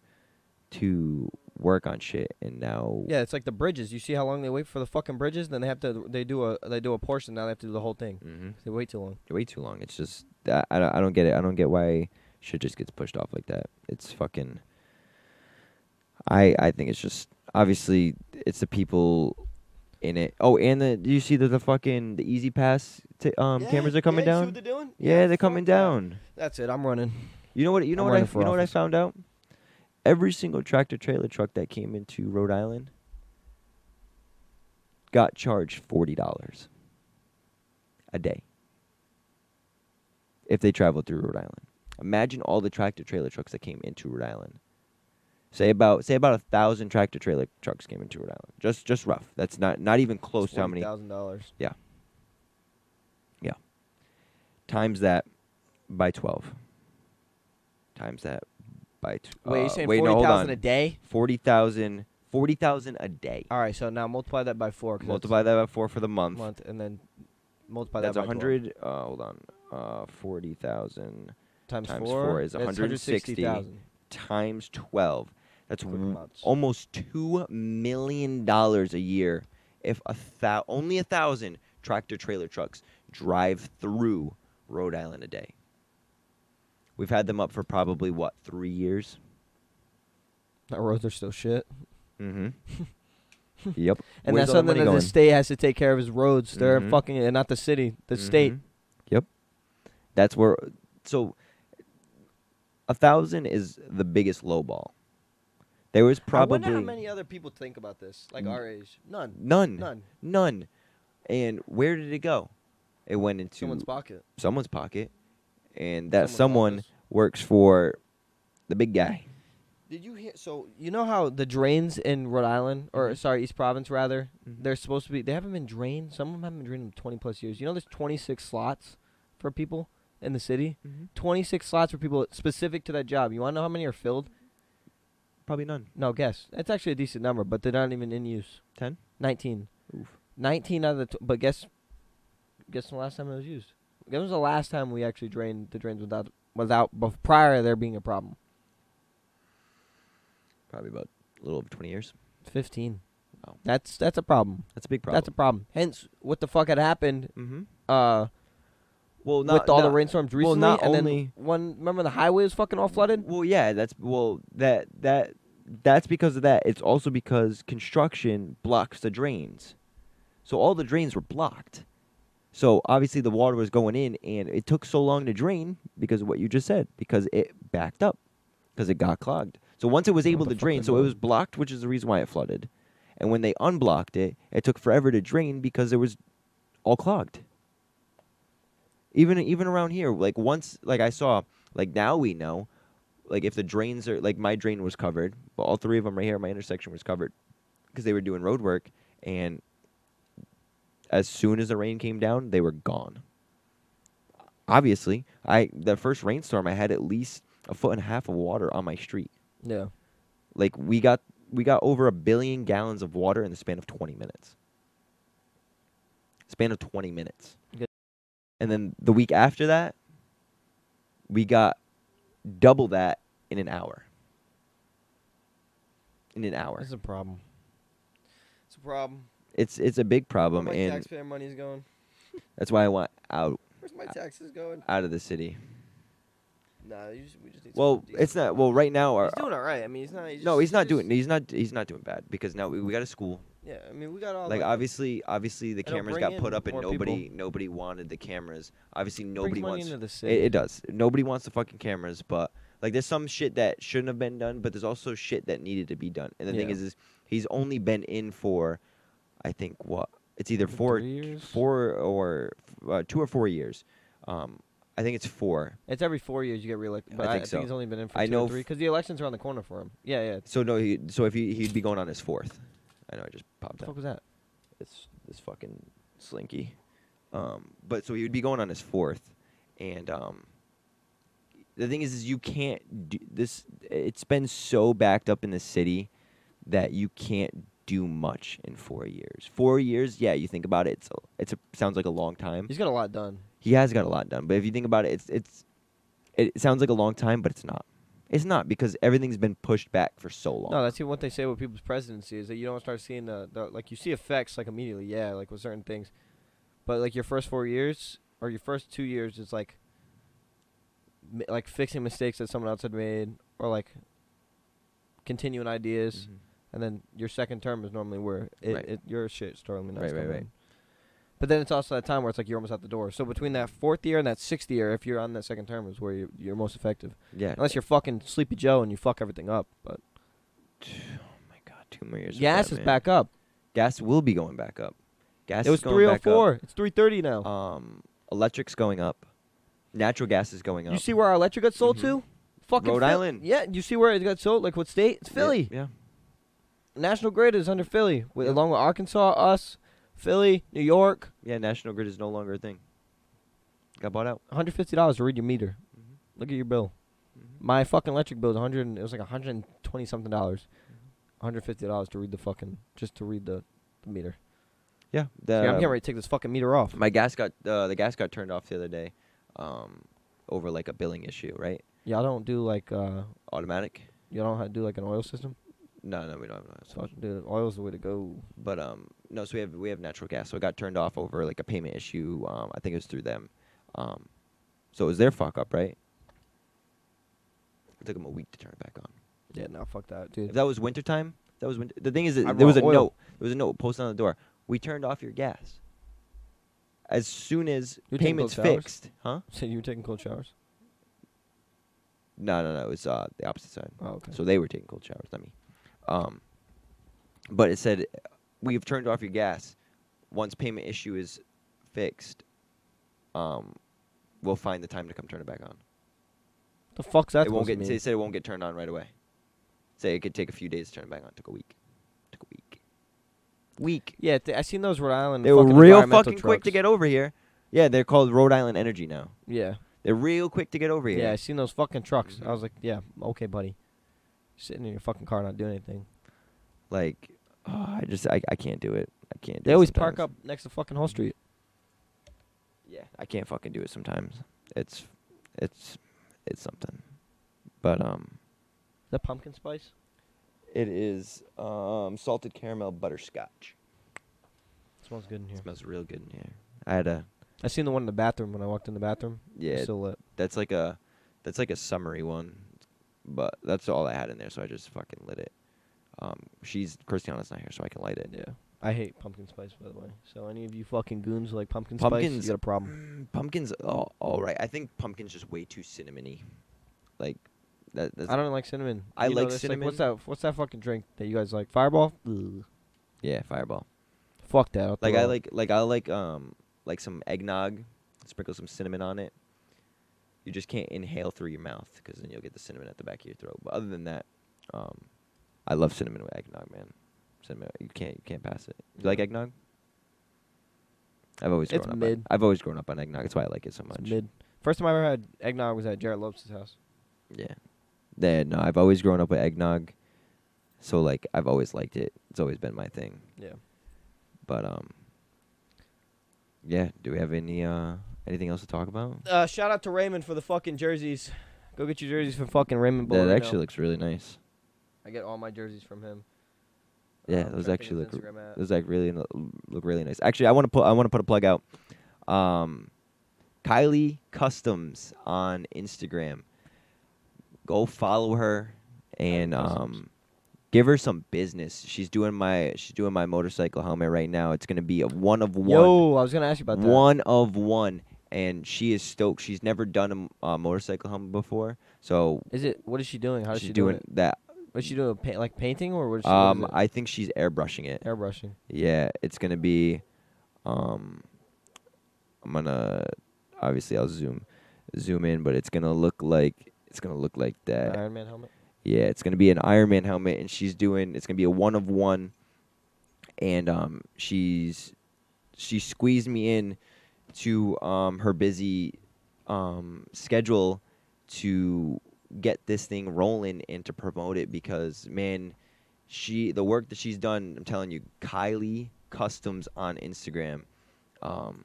[SPEAKER 2] to work on shit, and now
[SPEAKER 1] Yeah, it's like the bridges. You see how long they wait for the fucking bridges? Then they have to. They do a. They do a portion. Now they have to do the whole thing.
[SPEAKER 2] hmm
[SPEAKER 1] They wait too long.
[SPEAKER 2] way too long. It's just I, I don't- I don't get it. I don't get why shit just gets pushed off like that. It's fucking. I I think it's just obviously it's the people in it. Oh, and the do you see that the fucking the Easy Pass t- um cameras are coming down?
[SPEAKER 1] they're doing?
[SPEAKER 2] yeah, they're coming down.
[SPEAKER 1] That's it. I'm running.
[SPEAKER 2] You know what? You know
[SPEAKER 1] I'm
[SPEAKER 2] what? I,
[SPEAKER 1] running
[SPEAKER 2] f-
[SPEAKER 1] for
[SPEAKER 2] you know what I
[SPEAKER 1] office.
[SPEAKER 2] found out. Every single tractor trailer truck that came into Rhode Island got charged forty dollars a day if they traveled through Rhode Island. Imagine all the tractor trailer trucks that came into Rhode Island. Say about say about a thousand tractor trailer trucks came into Rhode Island. Just just rough. That's not not even close to how many
[SPEAKER 1] Thousand dollars.
[SPEAKER 2] yeah. Yeah. Times that by 12. Times that by tw-
[SPEAKER 1] Wait,
[SPEAKER 2] uh,
[SPEAKER 1] you're saying
[SPEAKER 2] wait, no,
[SPEAKER 1] forty
[SPEAKER 2] hold
[SPEAKER 1] thousand
[SPEAKER 2] on.
[SPEAKER 1] a day?
[SPEAKER 2] 40,000 40,000 a day.
[SPEAKER 1] All right. So now multiply that by four. 'cause that's
[SPEAKER 2] Multiply that by 4 for the month.
[SPEAKER 1] month and then multiply
[SPEAKER 2] That's
[SPEAKER 1] that
[SPEAKER 2] a
[SPEAKER 1] by 12.
[SPEAKER 2] 100 uh, hold on. Uh 40,000
[SPEAKER 1] times,
[SPEAKER 2] times
[SPEAKER 1] four,
[SPEAKER 2] four is
[SPEAKER 1] that's
[SPEAKER 2] 160.
[SPEAKER 1] 160,000.
[SPEAKER 2] times 12. That's
[SPEAKER 1] Quick
[SPEAKER 2] w-
[SPEAKER 1] maths.
[SPEAKER 2] almost 2 million dollars a year if a thou- only a 1,000 tractor trailer trucks drive through Rhode Island a day. We've had them up for probably what, 3 years?
[SPEAKER 1] Our roads are still shit.
[SPEAKER 2] Mhm. yep.
[SPEAKER 1] Mm-hmm. And
[SPEAKER 2] Where's all
[SPEAKER 1] that's
[SPEAKER 2] the
[SPEAKER 1] something that
[SPEAKER 2] money
[SPEAKER 1] the
[SPEAKER 2] going?
[SPEAKER 1] state has to take care of his roads. They're
[SPEAKER 2] Mhm.
[SPEAKER 1] fucking and not the city, the state.
[SPEAKER 2] Mhm.
[SPEAKER 1] Mm-hmm.
[SPEAKER 2] Yep. That's where. So, a thousand is the biggest lowball. There was probably
[SPEAKER 1] I wonder how many other people think about this, like
[SPEAKER 2] N-
[SPEAKER 1] our age. None.
[SPEAKER 2] Mm. none,
[SPEAKER 1] None.
[SPEAKER 2] none. And where did it go? It went into
[SPEAKER 1] Someone's pocket.
[SPEAKER 2] someone's pocket, and that
[SPEAKER 1] Someone's
[SPEAKER 2] someone
[SPEAKER 1] office.
[SPEAKER 2] works for the big guy.
[SPEAKER 1] Did you hear? So you know how the drains in Rhode Island, or
[SPEAKER 2] Mhm.
[SPEAKER 1] sorry, East Province rather,
[SPEAKER 2] Mhm.
[SPEAKER 1] they're supposed to be. They haven't been drained. Some of them haven't been drained in twenty plus years. You know, there's 26 slots for people in the city. 26 slots for people specific to that job. You want to know how many are filled?
[SPEAKER 2] Probably none.
[SPEAKER 1] No, guess. That's actually a decent number, but they're not even in use.
[SPEAKER 2] Ten.
[SPEAKER 1] 19.
[SPEAKER 2] Oof.
[SPEAKER 1] 19 out of the. Tw- but guess, guess the last time it was used. When was the last time we actually drained the drains without without bef- prior to there being a problem?
[SPEAKER 2] Probably about a little over twenty years.
[SPEAKER 1] 15.
[SPEAKER 2] Wow.
[SPEAKER 1] That's that's a problem.
[SPEAKER 2] That's a big problem.
[SPEAKER 1] That's a problem. Hence, what the fuck had happened
[SPEAKER 2] mm-hmm.
[SPEAKER 1] uh,
[SPEAKER 2] Well,
[SPEAKER 1] with all the rainstorms recently?
[SPEAKER 2] well, not
[SPEAKER 1] and
[SPEAKER 2] only-
[SPEAKER 1] then one. Remember the highway was fucking all flooded.
[SPEAKER 2] Well, yeah, that's well that that that's because of that. It's also because construction blocks the drains, so all the drains were blocked. So obviously the water was going in, and it took so long to drain because of what you just said, because it backed up, because it got clogged. So once it was
[SPEAKER 1] What
[SPEAKER 2] able
[SPEAKER 1] the
[SPEAKER 2] to
[SPEAKER 1] fuck
[SPEAKER 2] drain,
[SPEAKER 1] they
[SPEAKER 2] so it
[SPEAKER 1] doing?
[SPEAKER 2] was blocked, which is the reason why it flooded. And when they unblocked it, it took forever to drain because it was all clogged. Even even around here, like once, like I saw, like now we know, like if the drains are like my drain was covered, but all three of them right here at my intersection was covered because they were doing road work, and as soon as the rain came down, they were gone. Obviously, I the first rainstorm I had at least a foot and a half of water on my street.
[SPEAKER 1] Yeah.
[SPEAKER 2] Like we got we got over a billion gallons of water in the span of 20 minutes. Span of 20 minutes.
[SPEAKER 1] Good.
[SPEAKER 2] And then the week after that, we got double that in an hour. In an hour.
[SPEAKER 1] That's a problem. It's a problem.
[SPEAKER 2] It's it's a big problem
[SPEAKER 1] Where my
[SPEAKER 2] and
[SPEAKER 1] taxpayer money's going?
[SPEAKER 2] that's why I want out
[SPEAKER 1] Where's my taxes going?
[SPEAKER 2] out of the city.
[SPEAKER 1] Nah, you just, we just need.
[SPEAKER 2] Well,
[SPEAKER 1] someone
[SPEAKER 2] it's
[SPEAKER 1] decent.
[SPEAKER 2] not well right now our
[SPEAKER 1] He's doing all right. I mean, he's not. He's
[SPEAKER 2] No,
[SPEAKER 1] just-
[SPEAKER 2] he's not
[SPEAKER 1] just-
[SPEAKER 2] doing he's not he's not doing bad because now we, we got a school
[SPEAKER 1] Yeah, I mean, we got all
[SPEAKER 2] like
[SPEAKER 1] the-
[SPEAKER 2] obviously obviously the
[SPEAKER 1] It'll
[SPEAKER 2] cameras
[SPEAKER 1] Oh, bring
[SPEAKER 2] got put
[SPEAKER 1] in
[SPEAKER 2] up and
[SPEAKER 1] more
[SPEAKER 2] nobody nobody wanted the cameras obviously
[SPEAKER 1] brings
[SPEAKER 2] nobody
[SPEAKER 1] money
[SPEAKER 2] wants
[SPEAKER 1] into the
[SPEAKER 2] it,
[SPEAKER 1] city.
[SPEAKER 2] it does nobody wants the fucking cameras but like there's some shit that shouldn't have been done but there's also shit that needed to be done and the thing
[SPEAKER 1] Yeah.
[SPEAKER 2] is is he's only been in for i think what it's either four
[SPEAKER 1] Three years?
[SPEAKER 2] four or uh, two or four years um i think it's four
[SPEAKER 1] It's every four years you get reelected. But I,
[SPEAKER 2] think
[SPEAKER 1] I
[SPEAKER 2] so.
[SPEAKER 1] he's only been in for
[SPEAKER 2] I
[SPEAKER 1] two
[SPEAKER 2] know
[SPEAKER 1] or
[SPEAKER 2] f-
[SPEAKER 1] three because the elections are on the corner for him. Yeah, yeah.
[SPEAKER 2] so no he so if he he'd be going on his fourth i know i just
[SPEAKER 1] What
[SPEAKER 2] popped
[SPEAKER 1] the
[SPEAKER 2] up
[SPEAKER 1] fuck was that?
[SPEAKER 2] this this fucking slinky. Um, but so he would be going on his fourth, and um, the thing is, is you can't do this. It's been so backed up in the city that you can't do much in four years. Four years, yeah. You think about it, it's a, it's a, sounds like a long time.
[SPEAKER 1] He's got a lot done.
[SPEAKER 2] He has got a lot done, but if you think about it, it's it's it sounds like a long time, but it's not. It's not because everything's been pushed back for so long.
[SPEAKER 1] No, that's even what they say with people's presidency is that you don't start seeing the, the like you see effects like immediately, yeah, like with certain things, but like your first four years or your first two years is like mi- like fixing mistakes that someone else had made or like continuing ideas,
[SPEAKER 2] Mhm.
[SPEAKER 1] and then your second term is normally where it,
[SPEAKER 2] Right.
[SPEAKER 1] it your shit's totally not
[SPEAKER 2] Right, right,
[SPEAKER 1] coming.
[SPEAKER 2] right.
[SPEAKER 1] But then it's also that time where it's like you're almost out the door. So between that fourth year and that sixth year, if you're on that second term, is where you're, you're most effective.
[SPEAKER 2] Yeah.
[SPEAKER 1] Unless you're fucking Sleepy Joe and you fuck everything up. But
[SPEAKER 2] oh my god, two more years. of
[SPEAKER 1] gas
[SPEAKER 2] that,
[SPEAKER 1] is
[SPEAKER 2] man.
[SPEAKER 1] back up.
[SPEAKER 2] Gas will be going back up. Gas
[SPEAKER 1] it was
[SPEAKER 2] is going back up.
[SPEAKER 1] 304. It's 330 now.
[SPEAKER 2] Um, electric's going up. Natural gas is going up.
[SPEAKER 1] you see where our electric got sold
[SPEAKER 2] Mhm.
[SPEAKER 1] to? Fucking
[SPEAKER 2] Rhode
[SPEAKER 1] Phil-
[SPEAKER 2] Island.
[SPEAKER 1] Yeah, you see where it got sold? Like what state? It's
[SPEAKER 2] Yeah,
[SPEAKER 1] Philly.
[SPEAKER 2] Yeah.
[SPEAKER 1] National Grid is under Philly, with,
[SPEAKER 2] Yeah.
[SPEAKER 1] along with Arkansas, us, Philly, New York.
[SPEAKER 2] Yeah. National Grid is no longer a thing. Got bought out.
[SPEAKER 1] $150 to read your meter. Look at your bill.
[SPEAKER 2] Mhm.
[SPEAKER 1] My fucking electric bill is 100. and- It was like 120 something dollars.
[SPEAKER 2] Mm-hmm.
[SPEAKER 1] 150 dollars to read the fucking just to read the, the meter.
[SPEAKER 2] Yeah.
[SPEAKER 1] See,
[SPEAKER 2] The,
[SPEAKER 1] I'm getting ready to take this fucking meter off.
[SPEAKER 2] my gas got uh, the gas got turned off the other day, um, over like a billing issue, right?
[SPEAKER 1] Y'all don't do like uh,
[SPEAKER 2] Automatic.
[SPEAKER 1] y'all don't have to do like an oil system.
[SPEAKER 2] No, no, we don't have an
[SPEAKER 1] So dude, oil's the way to go.
[SPEAKER 2] but um no so we have we have natural gas so it got turned off over like a payment issue um i think it was through them um so it was their fuck up right it took them a week to turn it back on
[SPEAKER 1] Yeah, no, fuck that,
[SPEAKER 2] if
[SPEAKER 1] dude.
[SPEAKER 2] that was wintertime that was winter the thing is
[SPEAKER 1] I
[SPEAKER 2] that there was a
[SPEAKER 1] brought oil.
[SPEAKER 2] note there was a note posted on the door we turned off your gas as soon as
[SPEAKER 1] You taking
[SPEAKER 2] payments
[SPEAKER 1] cold showers?
[SPEAKER 2] fixed huh
[SPEAKER 1] so you were taking cold showers?
[SPEAKER 2] no no no it was uh the opposite side
[SPEAKER 1] Oh, okay.
[SPEAKER 2] So they were taking cold showers, not me. Um, but it said, "We've turned off your gas. once payment issue is fixed, um, we'll find the time to come turn it back on.
[SPEAKER 1] The fuck's that?
[SPEAKER 2] it won't
[SPEAKER 1] supposed
[SPEAKER 2] get.
[SPEAKER 1] to
[SPEAKER 2] They
[SPEAKER 1] mean?
[SPEAKER 2] said it won't get turned on right away. Say it could take a few days to turn it back on. Took a week. Took a week. Week.
[SPEAKER 1] Yeah, th- I seen those Rhode Island.
[SPEAKER 2] They were
[SPEAKER 1] fucking
[SPEAKER 2] real
[SPEAKER 1] environmental
[SPEAKER 2] fucking quick to
[SPEAKER 1] trucks.
[SPEAKER 2] get over here. Yeah, they're called Rhode Island Energy now.
[SPEAKER 1] Yeah.
[SPEAKER 2] They're real quick to get over here.
[SPEAKER 1] Yeah, I seen those fucking trucks.
[SPEAKER 2] Mhm.
[SPEAKER 1] I was like, yeah, okay, buddy. Sitting in your fucking car not doing anything.
[SPEAKER 2] Like, oh, I just I, I can't do it. I can't. Do
[SPEAKER 1] They
[SPEAKER 2] it
[SPEAKER 1] always
[SPEAKER 2] sometimes.
[SPEAKER 1] park up next to fucking Hall Street.
[SPEAKER 2] Yeah, I can't fucking do it sometimes. It's it's it's something. But um
[SPEAKER 1] Is that pumpkin spice?
[SPEAKER 2] it is um salted caramel butterscotch.
[SPEAKER 1] smells good in here.
[SPEAKER 2] smells real good in here. I had a
[SPEAKER 1] I seen the one in the bathroom when I walked in the bathroom. It was
[SPEAKER 2] yeah,
[SPEAKER 1] Still lit.
[SPEAKER 2] that's like a that's like a summery one. But that's all I had in there, so I just fucking lit it. Um she's Christiana's not here, so I can light it.
[SPEAKER 1] Yeah. I hate pumpkin spice, by the way. So any of you fucking goons who like pumpkin spice,
[SPEAKER 2] Pumpkins-
[SPEAKER 1] you got a problem.
[SPEAKER 2] Mm, Pumpkins oh all right. I think pumpkin's just way too cinnamony. Like that that's
[SPEAKER 1] I don't like cinnamon.
[SPEAKER 2] I
[SPEAKER 1] You know,
[SPEAKER 2] like
[SPEAKER 1] that's what's
[SPEAKER 2] cinnamon.
[SPEAKER 1] that? What's that fucking drink that you guys like? Fireball? Ugh.
[SPEAKER 2] yeah, fireball.
[SPEAKER 1] Fuck that. I'll
[SPEAKER 2] Like
[SPEAKER 1] throw
[SPEAKER 2] I
[SPEAKER 1] up.
[SPEAKER 2] like like I like um like some eggnog, sprinkle some cinnamon on it. You just can't inhale through your mouth because then you'll get the cinnamon at the back of your throat. But other than that, um, I love cinnamon with eggnog, man. Cinnamon, you can't you can't pass it. You like
[SPEAKER 1] Yeah.
[SPEAKER 2] eggnog? I've always
[SPEAKER 1] It's
[SPEAKER 2] grown up.
[SPEAKER 1] mid.
[SPEAKER 2] On, I've always grown up on eggnog. That's why I like it so much.
[SPEAKER 1] It's mid. First time I ever had eggnog was at Jared Lopes' house.
[SPEAKER 2] Yeah. Yeah, no, I've always grown up with eggnog, so like I've always liked it. It's always been my thing.
[SPEAKER 1] Yeah.
[SPEAKER 2] But um, yeah. Do we have any uh anything else to talk about?
[SPEAKER 1] Uh, shout out to Raymond for the fucking jerseys. Go get your jerseys from fucking Raymond.
[SPEAKER 2] That
[SPEAKER 1] Bolorino.
[SPEAKER 2] actually looks really nice.
[SPEAKER 1] I get all my jerseys from him.
[SPEAKER 2] Yeah,
[SPEAKER 1] Um,
[SPEAKER 2] those
[SPEAKER 1] check
[SPEAKER 2] actually
[SPEAKER 1] his
[SPEAKER 2] look
[SPEAKER 1] Instagram at.
[SPEAKER 2] those like really n- look really nice. Actually, I want to put I want to put a plug out. Um, Kylie Customs on Instagram. Go follow her and
[SPEAKER 1] Customs.
[SPEAKER 2] um, give her some business. She's doing my she's doing my motorcycle helmet right now. It's gonna be a one of one.
[SPEAKER 1] Yo, I was gonna ask you about that.
[SPEAKER 2] one of one, and she is stoked. She's never done a m- a motorcycle helmet before, so
[SPEAKER 1] Is it? What is she doing? How is
[SPEAKER 2] she's
[SPEAKER 1] she
[SPEAKER 2] doing
[SPEAKER 1] doing? it?
[SPEAKER 2] that.
[SPEAKER 1] What is she doing? Pa- like painting or what is she
[SPEAKER 2] Um,
[SPEAKER 1] doing?
[SPEAKER 2] I think she's airbrushing it.
[SPEAKER 1] Airbrushing.
[SPEAKER 2] Yeah, it's gonna be. Um, I'm gonna obviously I'll zoom, zoom in, but it's gonna look like it's gonna look like
[SPEAKER 1] An
[SPEAKER 2] that.
[SPEAKER 1] Iron Man helmet.
[SPEAKER 2] Yeah, it's gonna be an Iron Man helmet, and she's doing. It's gonna be a one of one, and um, she's she squeezed me in to um her busy um schedule to get this thing rolling and to promote it because man she the work that she's done i'm telling you kylie customs on instagram um,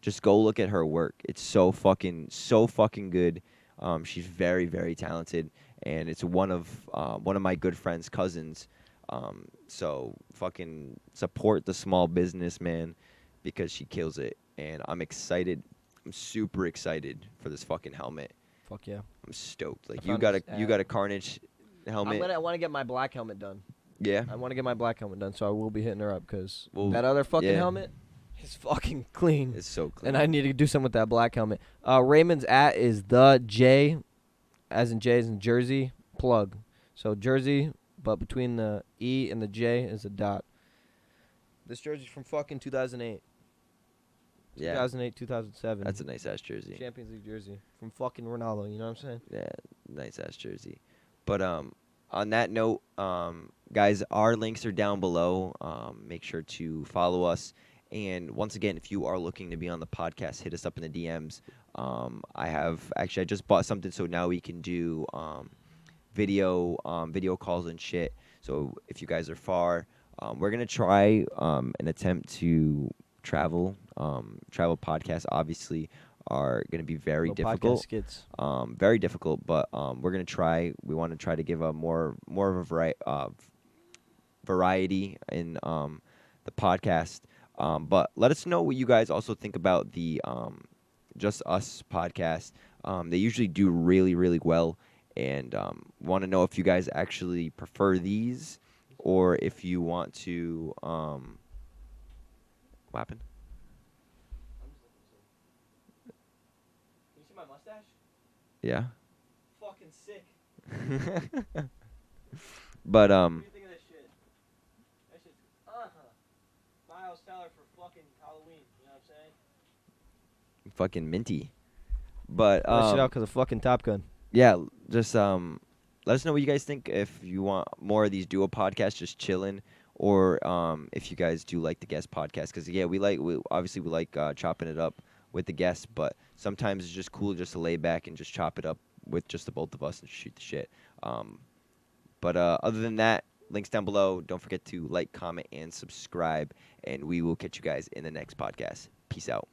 [SPEAKER 2] just go look at her work it's so fucking so fucking good um, she's very very talented and it's one of uh, one of my good friends cousins um, so fucking support the small business man because she kills it and i'm excited i'm super excited for this fucking helmet
[SPEAKER 1] Fuck yeah.
[SPEAKER 2] i'm stoked like
[SPEAKER 1] I
[SPEAKER 2] you
[SPEAKER 1] found
[SPEAKER 2] got a
[SPEAKER 1] this
[SPEAKER 2] you
[SPEAKER 1] ad.
[SPEAKER 2] got a carnage helmet
[SPEAKER 1] I'm gonna. I want to get my black helmet done.
[SPEAKER 2] yeah
[SPEAKER 1] I want to get my black helmet done, so I will be hitting her up because
[SPEAKER 2] Well,
[SPEAKER 1] that other fucking
[SPEAKER 2] yeah.
[SPEAKER 1] helmet is fucking clean.
[SPEAKER 2] it's so clean
[SPEAKER 1] And I need to do something with that black helmet. Uh, Raymond's at is the J, as in J as in Jersey plug. So Jersey, but between the E and the J is a dot. This jersey's from fucking 2008,
[SPEAKER 2] yeah
[SPEAKER 1] 2008, 2007.
[SPEAKER 2] that's a nice ass jersey
[SPEAKER 1] Champions League jersey from fucking Ronaldo. You know what I'm saying?
[SPEAKER 2] Yeah, nice ass jersey. But um, on that note, um, guys, our links are down below. Um, make sure to follow us. And once again, if you are looking to be on the podcast, hit us up in the DMs. Um, I have actually I just bought something, so now we can do um, video um, video calls and shit. So if you guys are far, um, we're gonna try um, an attempt to travel. Um, travel podcasts obviously are gonna be very
[SPEAKER 1] Little podcast
[SPEAKER 2] difficult
[SPEAKER 1] skits.
[SPEAKER 2] um, very difficult, but um, we're gonna try. We want to try to give a more more of a vari- uh, variety in um, the podcast. Um, but let us know what you guys also think about the um, Just Us podcast. Um, they usually do really really well, and um, want to know if you guys actually prefer these or if you want to. Um, what happened?
[SPEAKER 1] You see my mustache?
[SPEAKER 2] Yeah.
[SPEAKER 1] Fucking sick.
[SPEAKER 2] but um. Hmm.
[SPEAKER 1] think of that shit? That shit's uh huh. uh-huh. Miles Teller dollar for fucking Halloween. You know what I'm saying?
[SPEAKER 2] Fucking minty. But
[SPEAKER 1] That shit
[SPEAKER 2] um,
[SPEAKER 1] out because of fucking Top Gun.
[SPEAKER 2] yeah, l- just um, let us know what you guys think. If you want more of these duo podcasts, just chilling, or um, if you guys do like the guest podcast, because yeah, we like we obviously we like uh, chopping it up with the guests, but sometimes it's just cool just to lay back and just chop it up with just the both of us and shoot the shit. Um, but uh, other than that, links down below. Don't forget to like, comment, and subscribe, and we will catch you guys in the next podcast. Peace out.